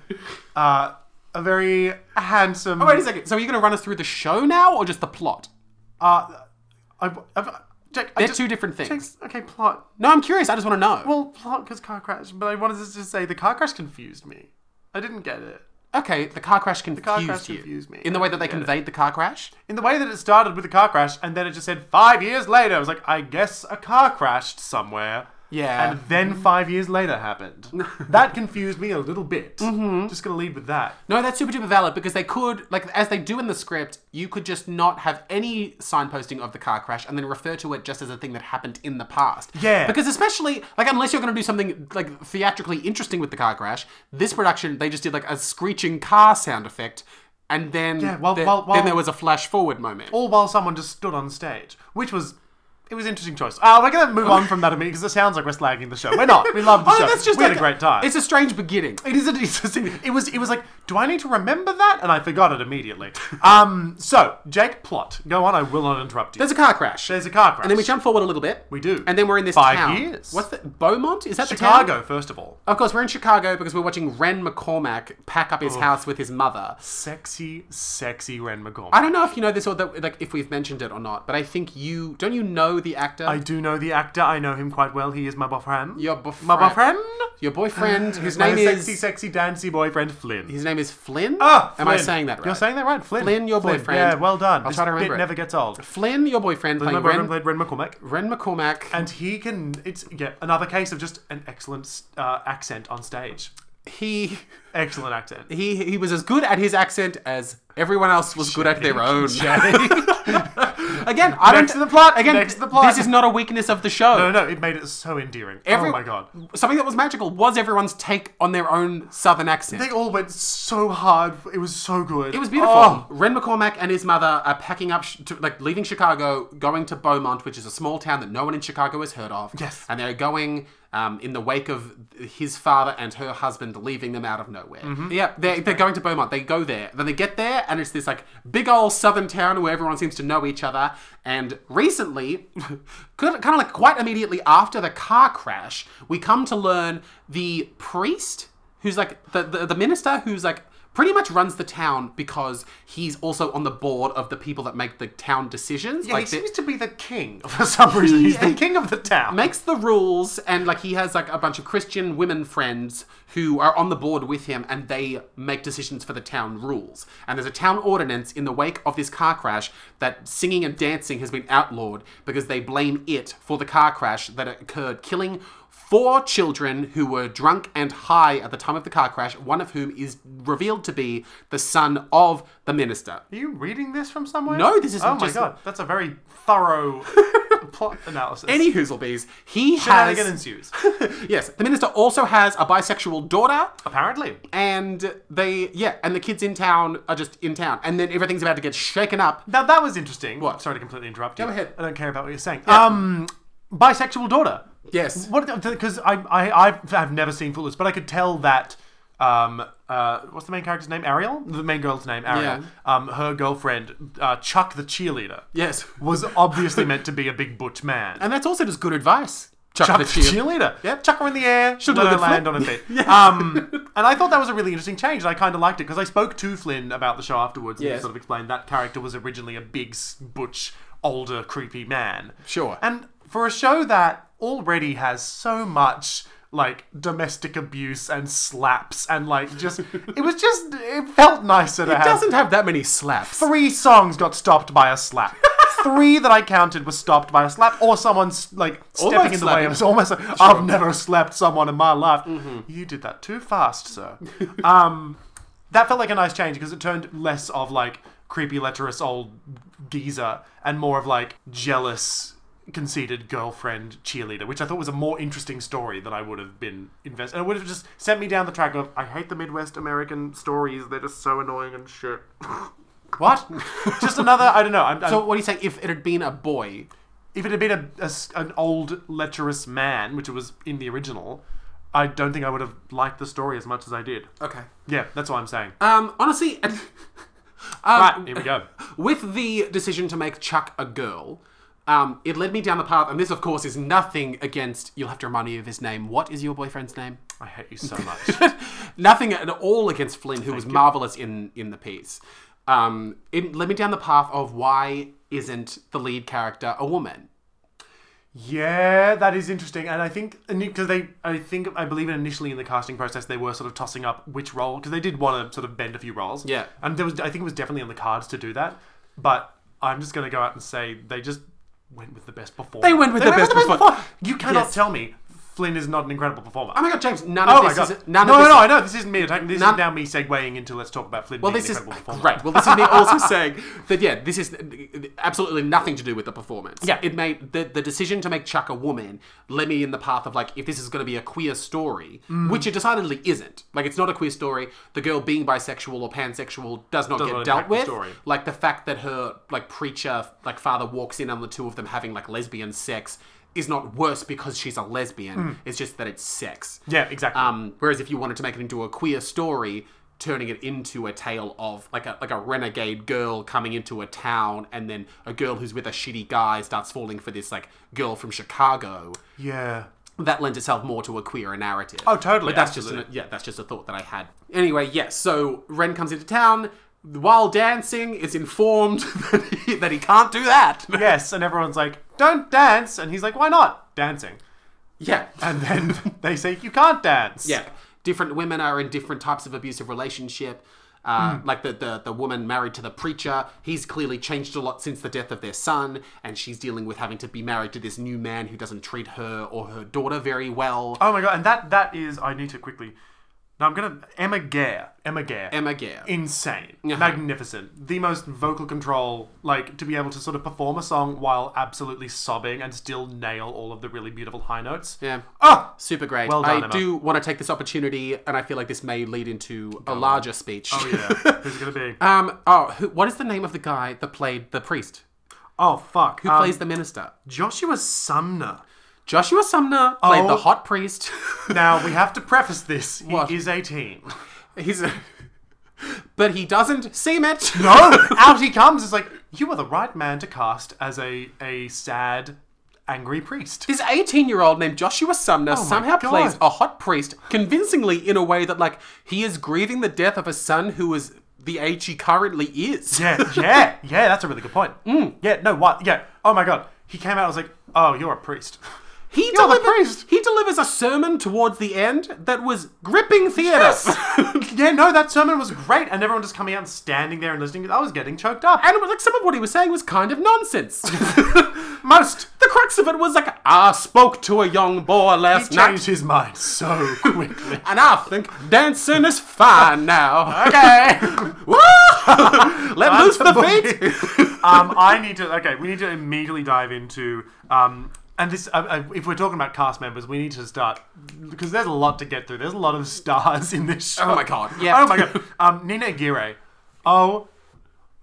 A: uh, a very handsome.
B: Oh, wait a second. So are you going to run us through the show now, or just the plot?
A: Uh, I've, I've, Jack, I
B: They're
A: just,
B: two different things.
A: Jack's- okay, plot.
B: No, I'm curious. I just want to know.
A: Well, plot because car crash, but I wanted to just say the car crash confused me. I didn't get it.
B: okay, the car crash confused
A: car crash
B: you
A: confused me.
B: in the way that they conveyed the car crash.
A: In the way that it started with a car crash, and then it just said five years later. I was like, I guess a car crashed somewhere.
B: Yeah.
A: And then five years later happened. that confused me a little bit. Mm-hmm. Just gonna lead with that.
B: No, that's super duper valid because they could, like, as they do in the script, you could just not have any signposting of the car crash and then refer to it just as a thing that happened in the past.
A: Yeah.
B: Because especially, like, unless you're going to do something, like, theatrically interesting with the car crash, this production, they just did, like, a screeching car sound effect and then,
A: Yeah, well-
B: the-
A: well- well-
B: then there was a flash forward moment.
A: All while someone just stood on stage, which was. It was an interesting choice. Uh, we're going to move on from that immediately because it sounds like we're slagging the show. We're not. We love the
B: Oh,
A: show.
B: that's just
A: we
B: like
A: had a great time.
B: It's a strange beginning.
A: It is a decent scene. It was. It was like, do I need to remember that? And I forgot it immediately. Um. So Jake, plot. Go on. I will not interrupt you.
B: There's a car crash.
A: There's a car crash.
B: and then we jump forward a little bit.
A: We do.
B: And then we're in this
A: Five
B: town.
A: years.
B: What's the Beaumont? Is that the town?
A: Chicago first of all.
B: Of course, we're in Chicago because we're watching Ren McCormack pack up his house with his mother.
A: Sexy, sexy Ren McCormick.
B: I
A: I,
B: don't know if you know this or that, like if we've mentioned it or not, but I think you don't you know the actor,
A: do know the actor. I know him quite well. He is my boyfriend.
B: your boyfriend,
A: my boyfriend.
B: your boyfriend, whose
A: My
B: name is
A: sexy, sexy, dancy boyfriend Flynn.
B: his name is Flynn.
A: Ah,
B: am I
A: Flynn.
B: saying that right?
A: You're saying that right, Flynn.
B: Flynn, your boyfriend.
A: Yeah, well done.
B: I'll
A: this
B: try to remember
A: Bit
B: it.
A: never gets old.
B: Flynn, your boyfriend,
A: My
B: playing
A: boyfriend
B: Ren,
A: played Ren McCormack.
B: Ren McCormack.
A: And he can. It's yeah another case of just an excellent uh, accent on stage.
B: he
A: Excellent accent.
B: he he was as good at his accent as everyone else was good at their own. Again, I
A: Next
B: don't,
A: to the plot,
B: Again,
A: next to the plot.
B: this is not a weakness of the show.
A: No, no, it made it so endearing.
B: Every-
A: oh my god.
B: Something that was magical was everyone's take on their own southern accent.
A: They all went so hard. It was so good.
B: It was beautiful.
A: Oh,
B: Ren McCormack and his mother are packing up, sh- to, like leaving Chicago, going to Beaumont, which is a small town that no one in Chicago has heard of.
A: Yes.
B: And they're going um, in the wake of his father and her husband leaving them out of nowhere. Yeah, they're, they're going to Beaumont. They go there. Then they get there, and it's this like big old southern town where everyone seems to know each other. And recently, kind of like quite immediately after the car crash, we come to learn the priest who's like the, the, the minister who's like pretty much runs the town because he's also on the board of the people that make the town decisions.
A: yeah,
B: like
A: he
B: the-
A: seems to be the king for some reason. He's the
B: and-
A: king of the town.
B: makes the rules and like he has like a bunch of Christian women friends who are on the board with him and they make decisions for the town rules. And there's a town ordinance in the wake of this car crash that singing and dancing has been outlawed because they blame it for the car crash that occurred killing four children who were drunk and high at the time of the car crash, one of whom is revealed to be the son of the minister.
A: Are you reading this from somewhere?
B: No, this isn't
A: Oh my
B: just-
A: god, that's a very thorough plot analysis.
B: Any hoozlebees, he
A: shenanigan
B: has.
A: ensues.
B: yes, the minister also has a bisexual daughter
A: Apparently.
B: and they yeah and the kids in town are just in town and then everything's about to get shaken up
A: Now that was interesting.
B: What?
A: Sorry to completely interrupt you.
B: Go ahead.
A: I don't care about what you're saying. Um, bisexual daughter.
B: Yes.
A: What? Because I, I, I've, I've never seen Footloose, but I could tell that. Um, uh, what's the main character's name? Ariel. The main girl's name, Ariel.
B: Yeah.
A: Um, her girlfriend, uh, Chuck, the cheerleader,
B: yes
A: was obviously meant to be a big butch man.
B: and that's also just good advice chuck,
A: Chuck
B: the
A: the
B: cheer
A: cheerleader.
B: Yep.
A: Chuck her in the air. Should
B: do
A: let
B: the
A: her
B: flip.
A: land on her feet. um, and I thought that was a really interesting change, and I kind of liked it because I spoke to Flynn about the show afterwards, and
B: Yes.
A: he sort of explained that character was originally a big, s- butch, older, creepy man.
B: Sure.
A: And for a show that already has so much. Like domestic abuse and slaps and like just it was just it felt nicer to have
B: doesn't have that many slaps
A: three songs got stopped by a slap. three that I counted were stopped by a slap or someone s- like stepping
B: Almost
A: in the way
B: slapping.
A: of us. Almost, like, I've never slapped someone in my life. You did that too fast, sir. um, that felt like a nice change because it turned less of like creepy, lecherous old geezer and more of like jealous. Conceited girlfriend cheerleader, which I thought was a more interesting story than I would have been invested. And it would have just sent me down the track of I hate the Midwest American stories; they're just so annoying and shit.
B: what
A: just another. I don't know. I'm, I'm-
B: so what do you say if it had been a boy
A: if it had been a, a s- an old lecherous man, which it was in the original, I don't think I would have liked the story as much as I did.
B: okay
A: Yeah, that's what I'm saying.
B: um honestly um,
A: right, here we go.
B: with the decision to make Chuck a girl, um, it led me down the path, and this, of course, is nothing against. You'll have to remind me of his name. What is your boyfriend's name?
A: I hate you so much.
B: nothing at all against Flynn, who was marvelous in in the piece. Um, it led me down the path of why isn't the lead character a woman?
A: yeah, that is interesting, and I think because they, I think I believe it initially in the casting process they were sort of tossing up which role because they did want to sort of bend a few roles.
B: Yeah.
A: and there was I think it was definitely on the cards to do that, but I'm just gonna go out and say they just went with the best performer.
B: They went with the best performer.
A: You cannot
B: Yes.
A: tell me Flynn is not an incredible performer.
B: Oh my god, James! None of
A: Oh my
B: this
A: god!
B: is none
A: no,
B: of
A: no,
B: this
A: no!
B: is-
A: I know this isn't me attacking. This
B: None-
A: is now me segueing into let's talk about Flynn
B: Well,
A: being
B: this
A: an
B: is
A: incredible performer.
B: great. Well, this is me also saying that yeah, this is absolutely nothing to do with the performance.
A: Yeah.
B: it made the, the decision to make Chuck a woman led me in the path of like if this is going to be a queer story,
A: Mm.
B: which it decidedly isn't. Like it's not a queer story. The girl being bisexual or pansexual does not get
A: not
B: dealt
A: impact the
B: with.
A: story.
B: Like the fact that her like preacher like father walks in on the two of them having like lesbian sex is not worse because she's a lesbian. It's just that it's sex.
A: Mm. Yeah, exactly.
B: Um, whereas if you wanted to make it into a queer story, turning it into a tale of like a like a renegade girl coming into a town, and then a girl who's with a shitty guy starts falling for this like girl from Chicago.
A: yeah.
B: That lends itself more to a queer narrative.
A: Oh, totally,
B: But that's just an,
A: absolutely.
B: yeah, that's just a thought that I had. Anyway, yes. so Ren comes into town while dancing, is informed that he, that he can't do that.
A: Yes, and everyone's like, "Don't dance," and he's like, "Why not?" Dancing,
B: Yeah,
A: and then they say, "You can't dance."
B: Yeah. Different women are in different types of abusive relationship. Uh,
A: Hmm.
B: Like the, the the woman married to the preacher, he's clearly changed a lot since the death of their son, and she's dealing with having to be married to this new man who doesn't treat her or her daughter very well.
A: Oh my god! And that that is I need to quickly. No, I'm gonna Emma Gare. Emma Gare.
B: Emma Gare.
A: Insane.
B: uh-huh.
A: Magnificent. The most vocal control, like to be able to sort of perform a song while absolutely sobbing and still nail all of the really beautiful high notes.
B: Yeah.
A: Ah!
B: Super great.
A: Well done,
B: I
A: Emma.
B: do want to take this opportunity, and I feel like this may lead into a larger speech.
A: Oh yeah. Who's it gonna be?
B: um. Oh, who, what is the name of the guy that played the priest?
A: Oh fuck.
B: Who plays the minister?
A: Joshua Sumner.
B: Joshua Sumner played
A: Oh.
B: the hot priest.
A: Now we have to preface this. He
B: What?
A: is 18.
B: He's. but he doesn't seem it.
A: No, out he comes. It's like you are the right man to cast as a a sad, angry priest.
B: This 18 year old named Joshua Sumner somehow
A: Oh God.
B: plays a hot priest convincingly in a way that, like, he is grieving the death of a son who is the age he currently is.
A: Yeah, Mm. yeah, yeah. That's a really good point. Yeah. No. What? Yeah. Oh my god. He came out. I was like, oh, you're a priest.
B: He
A: You're the
B: delivers,
A: priest.
B: He delivers a sermon towards the end that was gripping theatre.
A: yeah. No, that sermon was great, and everyone just coming out and standing there and listening. I was getting choked up.
B: and it was like some of what he was saying was kind of nonsense. the
A: Most.
B: crux of it was like, I spoke to a young boy last
A: He
B: night,
A: changed his mind so quickly.
B: and I think dancing is fine now.
A: okay.
B: Woo! Let loose the feet.
A: um, I need to. Okay, we need to immediately dive into. Um, and this, uh, uh, if we're talking about cast members, we need to start because there's a lot to get through. There's a lot of stars in this show.
B: Oh my god. Yeah.
A: Oh my god. Um, Nina Aguirre. Oh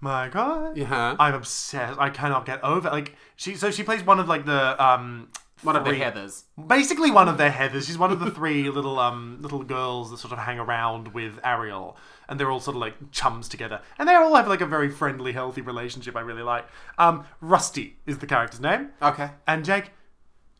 A: my god.
B: Yeah.
A: I'm obsessed. I cannot get over. Like she. So she plays one of like the um.
B: One of the
A: three-
B: Heathers.
A: basically one of their heathers. She's one of the three little um little girls that sort of hang around with Ariel, and they're all sort of like chums together, and they all have like a very friendly, healthy relationship. I really like. Um, Rusty is the character's name.
B: Okay.
A: And Jake,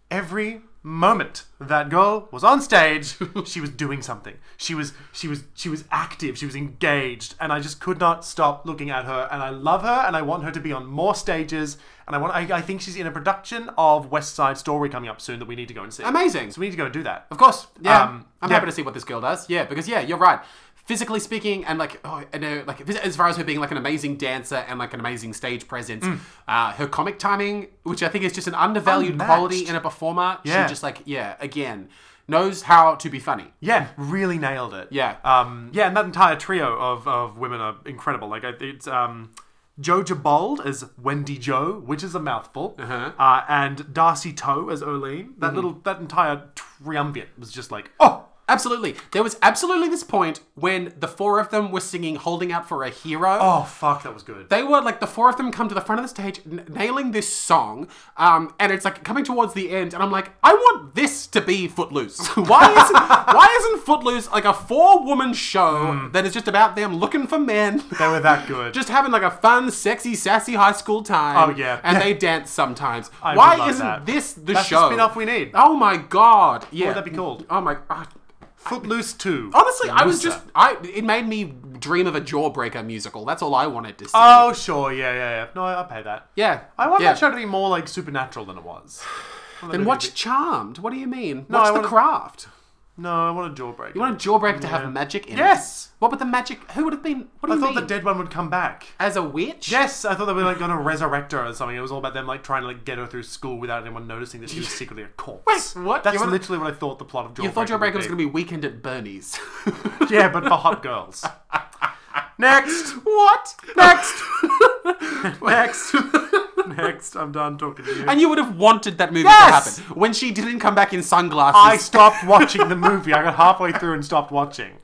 A: every moment that girl was on stage, she was doing something. She was she was she was active, she was engaged, and I just could not stop looking at her and I love her and I want her to be on more stages and I want I, I think she's in a production of West Side Story coming up soon that we need to go and see.
B: Amazing.
A: So we need to go and do that.
B: Of course. Yeah.
A: Um,
B: I'm
A: yeah.
B: happy to see what this girl does. Yeah, because yeah, you're right. Physically speaking, and like, oh, I know, like, phys- as far as her being like an amazing dancer and like an amazing stage presence, uh, her comic timing, which I think is just an undervalued
A: Unmatched.
B: quality in a performer,
A: Yeah.
B: she just like, yeah, again, knows how to be funny.
A: Yeah, really nailed it.
B: Yeah.
A: Um, yeah, and that entire trio of, of women are incredible. Like, I- it's um, Joe Jabald as Wendy Joe, which is a mouthful, uh-huh. and Darcy Toe as Oline. That
B: Mm-hmm.
A: little, that entire triumvirate was just like, oh,
B: Absolutely. There was absolutely this point when the four of them were singing Holding Out for a Hero.
A: oh, fuck, that was good.
B: they were like the four of them come to the front of the stage n- nailing this song um, and it's like coming towards the end and i'm like i want this to be footloose why isn't why isn't footloose like a four woman show
A: Mm.
B: that is just about them looking for men
A: They were that good.
B: just having like a fun sexy sassy high school time
A: Oh, yeah.
B: and
A: Yeah.
B: they dance sometimes
A: would love
B: why isn't
A: that.
B: this the
A: That's
B: show
A: the spin off we need.
B: oh my god yeah
A: would that be called?
B: oh my god
A: Footloose 2.
B: honestly i was
A: Looser.
B: just i it made me dream of a jawbreaker musical that's all i wanted to see
A: Oh, sure, yeah, yeah, yeah. No, I- I'll pay that.
B: yeah
A: I want
B: yeah.
A: that show to be more like supernatural than it was. I want that
B: Then
A: movie to
B: watch Charmed. What do you mean?
A: No, I
B: watch The
A: wanna-
B: Craft.
A: be- No, I want a jawbreaker.
B: You want a jawbreaker to have magic in it?
A: Yes!
B: What would the magic? Who would have been? What do
A: I
B: you
A: thought
B: mean?
A: the dead one would come back.
B: As a witch?
A: Yes, I thought they were like going to resurrect her or something. It was all about them like trying to like get her through school without anyone noticing that she was secretly a corpse.
B: Wait, what?
A: That's
B: You wanna-
A: literally what I thought the plot of Jawbreaker.
B: You thought jawbreaker was
A: would
B: going to be weekend at Bernie's.
A: be. yeah, but for hot girls. Next,
B: what? Next.
A: next, next. I'm done talking to you.
B: and you would have wanted that movie
A: Yes!
B: to happen when she didn't come back in sunglasses.
A: I stopped watching the movie. I got halfway through and stopped watching.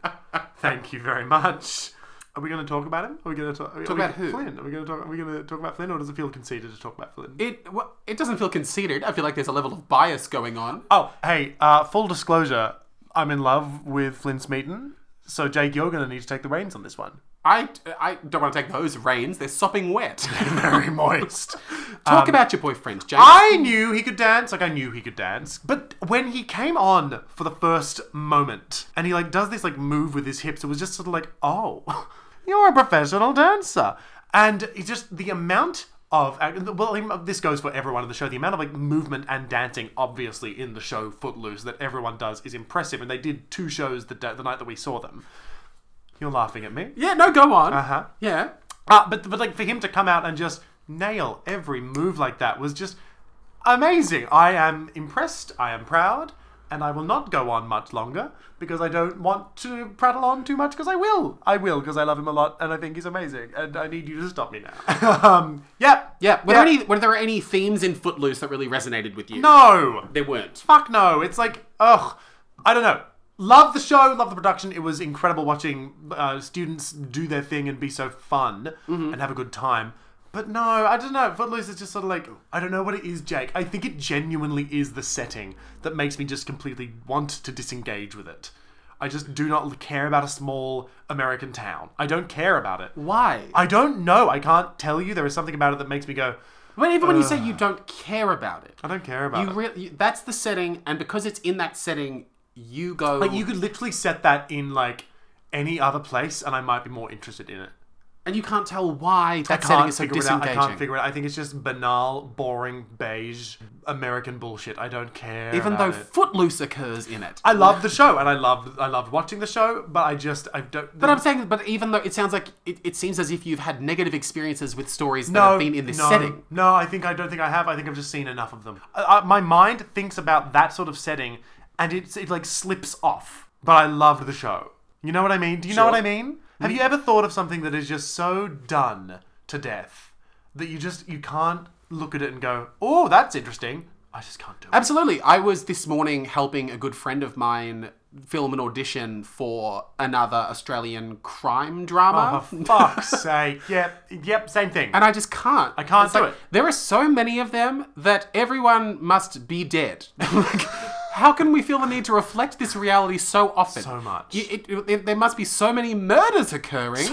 A: Thank you very much. Are we going to talk about him? Are we going to talk, talk
B: about who?
A: Flynn? Are we going to talk? Are we going to talk about Flynn, or does it feel conceited to talk about Flynn?
B: It wha- it doesn't feel conceited. I feel like there's a level of bias going on.
A: Oh, hey, uh, full disclosure, I'm in love with Flynn Smeaton, so Jake, you're going to need to take the reins on this one.
B: I, I don't want to take those reins. They're sopping wet.
A: Very moist.
B: Talk about your boyfriend, James.
A: Um, I knew he could dance, like I knew he could dance, but when he came on for the first moment and he like does this like move with his hips, it was just sort of like, oh, you're a professional dancer, and it's just the amount. Of, well, um, this goes for everyone in the show. The amount of like movement and dancing, obviously, in the show Footloose that everyone does is impressive, and they did two shows the, da- the night that we saw them. You're laughing at me.
B: yeah, no, go on.
A: Uh-huh.
B: Yeah.
A: Uh, but but like for him to come out and just nail every move like that was just amazing. I am impressed. I am proud, and I will not go on much longer because I don't want to prattle on too much because I will. I will because I love him a lot and I think he's amazing and I need you to stop me now. um, yep.
B: Yeah. Were,
A: Yeah.
B: There any, were there any themes in Footloose that really resonated with you?
A: No.
B: There weren't.
A: Fuck no. It's like, ugh. I don't know. Love the show, love the production. It was incredible watching uh, students do their thing and be so fun and have a good time. But no, I don't know. Footloose is just sort of like, I don't know what it is, Jake. I think it genuinely is the setting that makes me just completely want to disengage with it. I just do not care about a small American town. I don't care about it.
B: Why?
A: I don't know. I can't tell you. There is something about it that makes me go,
B: But even
A: uh,
B: when you say you don't care about it,
A: I don't care about
B: you
A: it.
B: really that's the setting, and because it's in that setting, you go.
A: Like you could literally set that in like any other place, and I might be more interested in it.
B: and you can't tell why that setting
A: Can't
B: is so
A: figure it out.
B: disengaging.
A: I can't figure it. out. I think it's just banal, boring, beige American bullshit. I don't care.
B: even though
A: about it.
B: Footloose occurs in it.
A: I love the show, and I loved I loved watching the show, but I just I don't.
B: but I'm saying, but even though it sounds like it, it seems as if you've had negative experiences with stories that
A: no,
B: have been in this
A: no,
B: setting.
A: No, I think I don't think I have. I think I've just seen enough of them. I, I, my mind thinks about that sort of setting, and it's it like slips off. But I loved the show. You know what I mean? Do you know what I mean? Have
B: Hmm?
A: you ever thought of something that is just so done to death that you just you can't look at it and go, "Oh, that's interesting." I just can't do it.
B: Absolutely. I was this morning helping a good friend of mine film an audition for another Australian crime
A: For
B: drama.
A: fuck's sake! Yep, yep, same thing.
B: and I just can't. I
A: can't do it.
B: There are so many of them that everyone must be dead. Like, How can we feel the need to reflect this reality so often?
A: So much.
B: You- it- it- there must be so many murders occurring.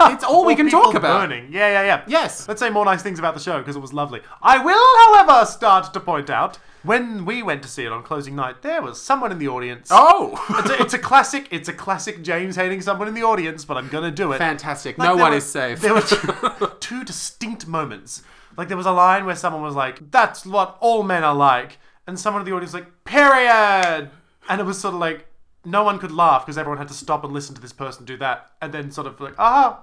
B: it's all we
A: Or
B: can
A: people
B: talk about.
A: Burning. Yeah, yeah, yeah.
B: Yes.
A: Let's say more nice things about the show because it was lovely. I will, however, start to point out when we went to see it on closing night, there was someone in the audience.
B: Oh,
A: It's a, it's a classic. It's a classic James hating someone in the audience, but I'm gonna do it.
B: fantastic!
A: Like,
B: no
A: there
B: one
A: were-
B: is safe.
A: There were two, two distinct moments. Like there was a line where someone was like, "That's what all men are like," and someone in the audience was like, "Period," and it was sort of like no one could laugh because everyone had to stop and listen to this person do that, and then sort of like, "Ah,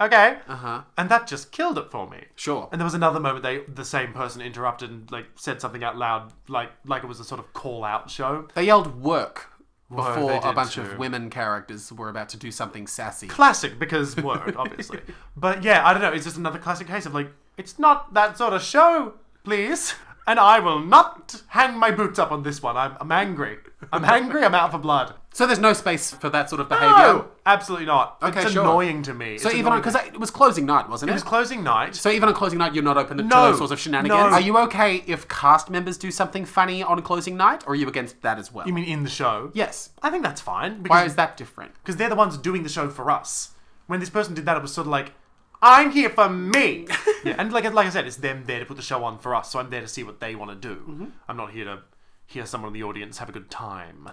A: okay," uh-huh. and that just killed it for me.
B: Sure.
A: And there was another moment they the same person interrupted and like said something out loud, like like it was a sort of call out show.
B: They yelled "work" before
A: they
B: a
A: did
B: bunch
A: too.
B: of women characters were about to do something sassy.
A: classic because word, obviously. But yeah, I don't know. It's just another classic case of like, it's not that sort of show, please. And I will not hang my boots up on this one. I'm, I'm angry. I'm angry. I'm out for blood.
B: So there's no space for that sort of behavior.
A: No, absolutely not.
B: Okay,
A: it's
B: sure.
A: annoying to me.
B: So even on because it was closing night, wasn't it?
A: it was closing night.
B: So even on closing night, you're not open to
A: No.
B: those sorts of shenanigans.
A: No.
B: Are you okay if cast members do something funny on closing night, or are you against that as well?
A: you mean in the show?
B: yes.
A: I think that's fine
B: Why
A: because
B: is that different?
A: because they're the ones doing the show for us. When this person did that, it was sort of like, I'm here for me. yeah, and like like I said, it's them there to put the show on for us. So I'm there to see what they want to do. I'm not here to hear someone in the audience have a good time.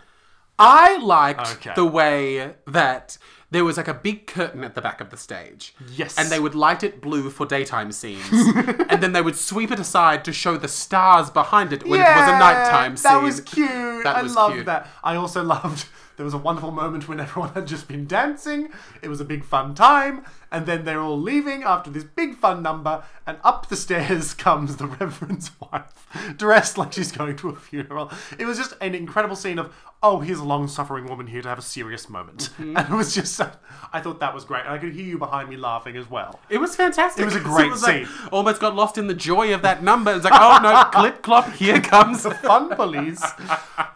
B: I liked
A: Okay.
B: the way that there was like a big curtain at the back of the stage.
A: Yes.
B: And they would light it blue for daytime scenes. and then they would sweep it aside to show the stars behind it when it was a nighttime scene.
A: That was cute.
B: That
A: I
B: was
A: loved
B: cute.
A: that. I also loved. There was a wonderful moment when everyone had just been dancing. It was a big fun time, and then they're all leaving after this big fun number. And up the stairs comes the Reverend's wife, dressed like she's going to a funeral. It was just an incredible scene of, oh, here's a long-suffering woman here to have a serious moment,
B: Mm-hmm.
A: and it was just. so- I thought that was great, and I could hear you behind me laughing as well.
B: It was fantastic.
A: It was a great
B: like,
A: scene.
B: almost got lost in the joy of that number. It's like, oh no, clip clop, here comes
A: The fun police.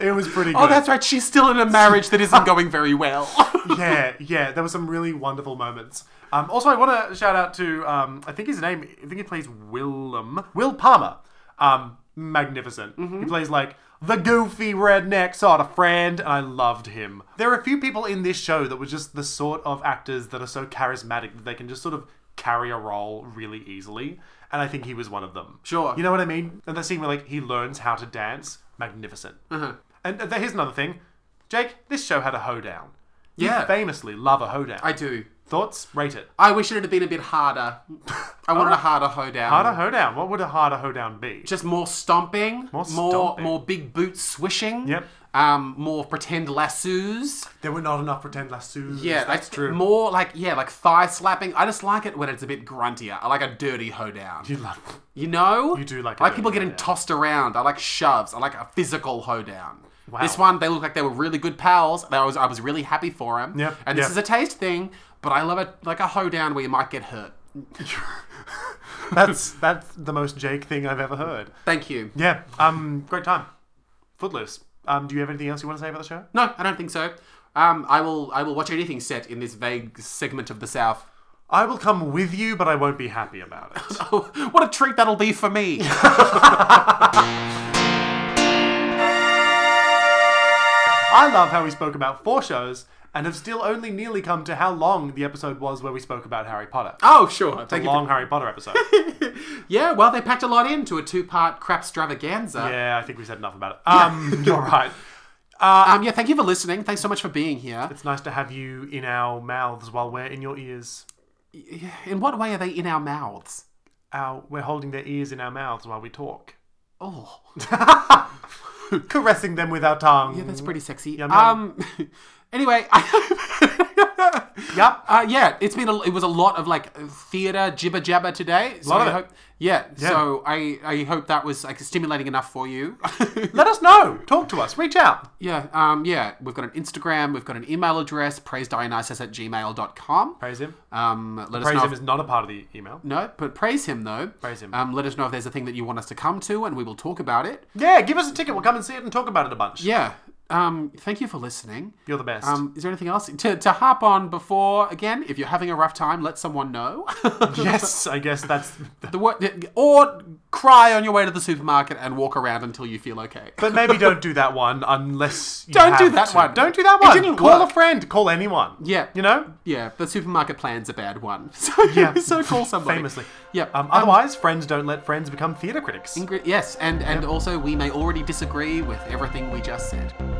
A: It was pretty. good.
B: Oh, that's right. She's still in a marriage that isn't going very well.
A: yeah, yeah. There were some really wonderful moments. Um, also, I want to shout out to um, I think his name. I think he plays Willem Will Palmer. Um, magnificent. He plays like the goofy redneck sort of friend, and I loved him. There are a few people in this show that were just the sort of actors that are so charismatic that they can just sort of carry a role really easily, and I think he was one of them.
B: Sure.
A: You know what I mean? And that scene where like he learns how to dance, magnificent.
B: Uh-huh.
A: And uh, th- here's another thing, Jake. This show had a hoedown. You
B: Yeah.
A: famously love a hoedown.
B: I do.
A: Thoughts? Rate it.
B: I wish it had been a bit harder. I wanted a harder hoedown.
A: Harder hoedown. What would a harder hoedown be?
B: Just more stomping. More More,
A: stomping.
B: big boot swishing.
A: Yep.
B: Um, more pretend lassos.
A: There were not enough pretend lassos.
B: Yeah,
A: that's
B: like,
A: true.
B: More like yeah, like thigh slapping. I just like it when it's a bit gruntier. I like a dirty hoedown.
A: You love.
B: You know? You
A: do like a
B: I like people
A: dirty
B: getting
A: hoedown.
B: tossed around. I like shoves. I like a physical hoedown.
A: Wow.
B: This one, they look like they were really good pals. and I was I was really happy for him.
A: Yep,
B: And
A: yep.
B: this is a taste thing, but I love it like a hoedown where you might get hurt.
A: That's that's the most Jake thing I've ever heard.
B: Thank you.
A: Yeah. Um. Great time. Footloose. Um. Do you have anything else you want to say about the show?
B: No, I don't think so. Um, I will I will watch anything set in this vague segment of the South.
A: I will come with you, but I won't be happy about it.
B: Oh, what a treat that'll be for me.
A: I love how we spoke about four shows and have still only nearly come to how long the episode was where we spoke about Harry Potter.
B: oh, sure. Thank
A: The
B: you. for-
A: long Harry Potter episode.
B: yeah, well, they packed a lot into a two-part crapstravaganza.
A: yeah, I think we said enough about it. Um, you're right.
B: Um, yeah, thank you for listening. Thanks so much for being here.
A: It's nice to have you in our mouths while we're in your ears.
B: In what way are they in our mouths?
A: Our, we're holding their ears in our mouths while we talk.
B: Oh,
A: Caressing them with our tongue.
B: yeah, that's pretty sexy.
A: man.
B: um, anyway, I-
A: Yep.
B: uh, yeah, it's been a, it was a lot of like theater jibber jabber today. So
A: Lot of
B: I
A: it.
B: hope, yeah, so I I hope that was like stimulating enough for you.
A: Let us know. Talk to us. Reach out.
B: yeah, um, yeah, we've got an Instagram, we've got an email address, praisedionysus at gmail.com.
A: Praise him.
B: Um, let us
A: Praise
B: know.
A: him is not a part of the email.
B: no, but praise him though.
A: Praise him.
B: Um, let us know if there's a thing that you want us to come to, and we will talk about it.
A: Yeah, give us a ticket. We'll come and see it and talk about it a bunch.
B: Yeah. Um, thank you for listening.
A: You're the best.
B: Um, is there anything else to, to harp on before again? If you're having a rough time, let someone know.
A: yes, I guess that's.
B: the word, or cry on your way to the supermarket and walk around until you feel okay.
A: But maybe don't do that one unless you
B: Don't do
A: have
B: that
A: to.
B: one.
A: Don't do that
B: It
A: one.
B: didn't
A: call
B: work.
A: a friend. Call anyone.
B: Yeah.
A: You know?
B: yeah, the supermarket plan's a bad one. So
A: Yeah.
B: so call somebody.
A: Famously.
B: Yeah.
A: Um, otherwise, friends don't let friends become theater critics.
B: Ingrid- yes, and and also we may already disagree with everything we just said.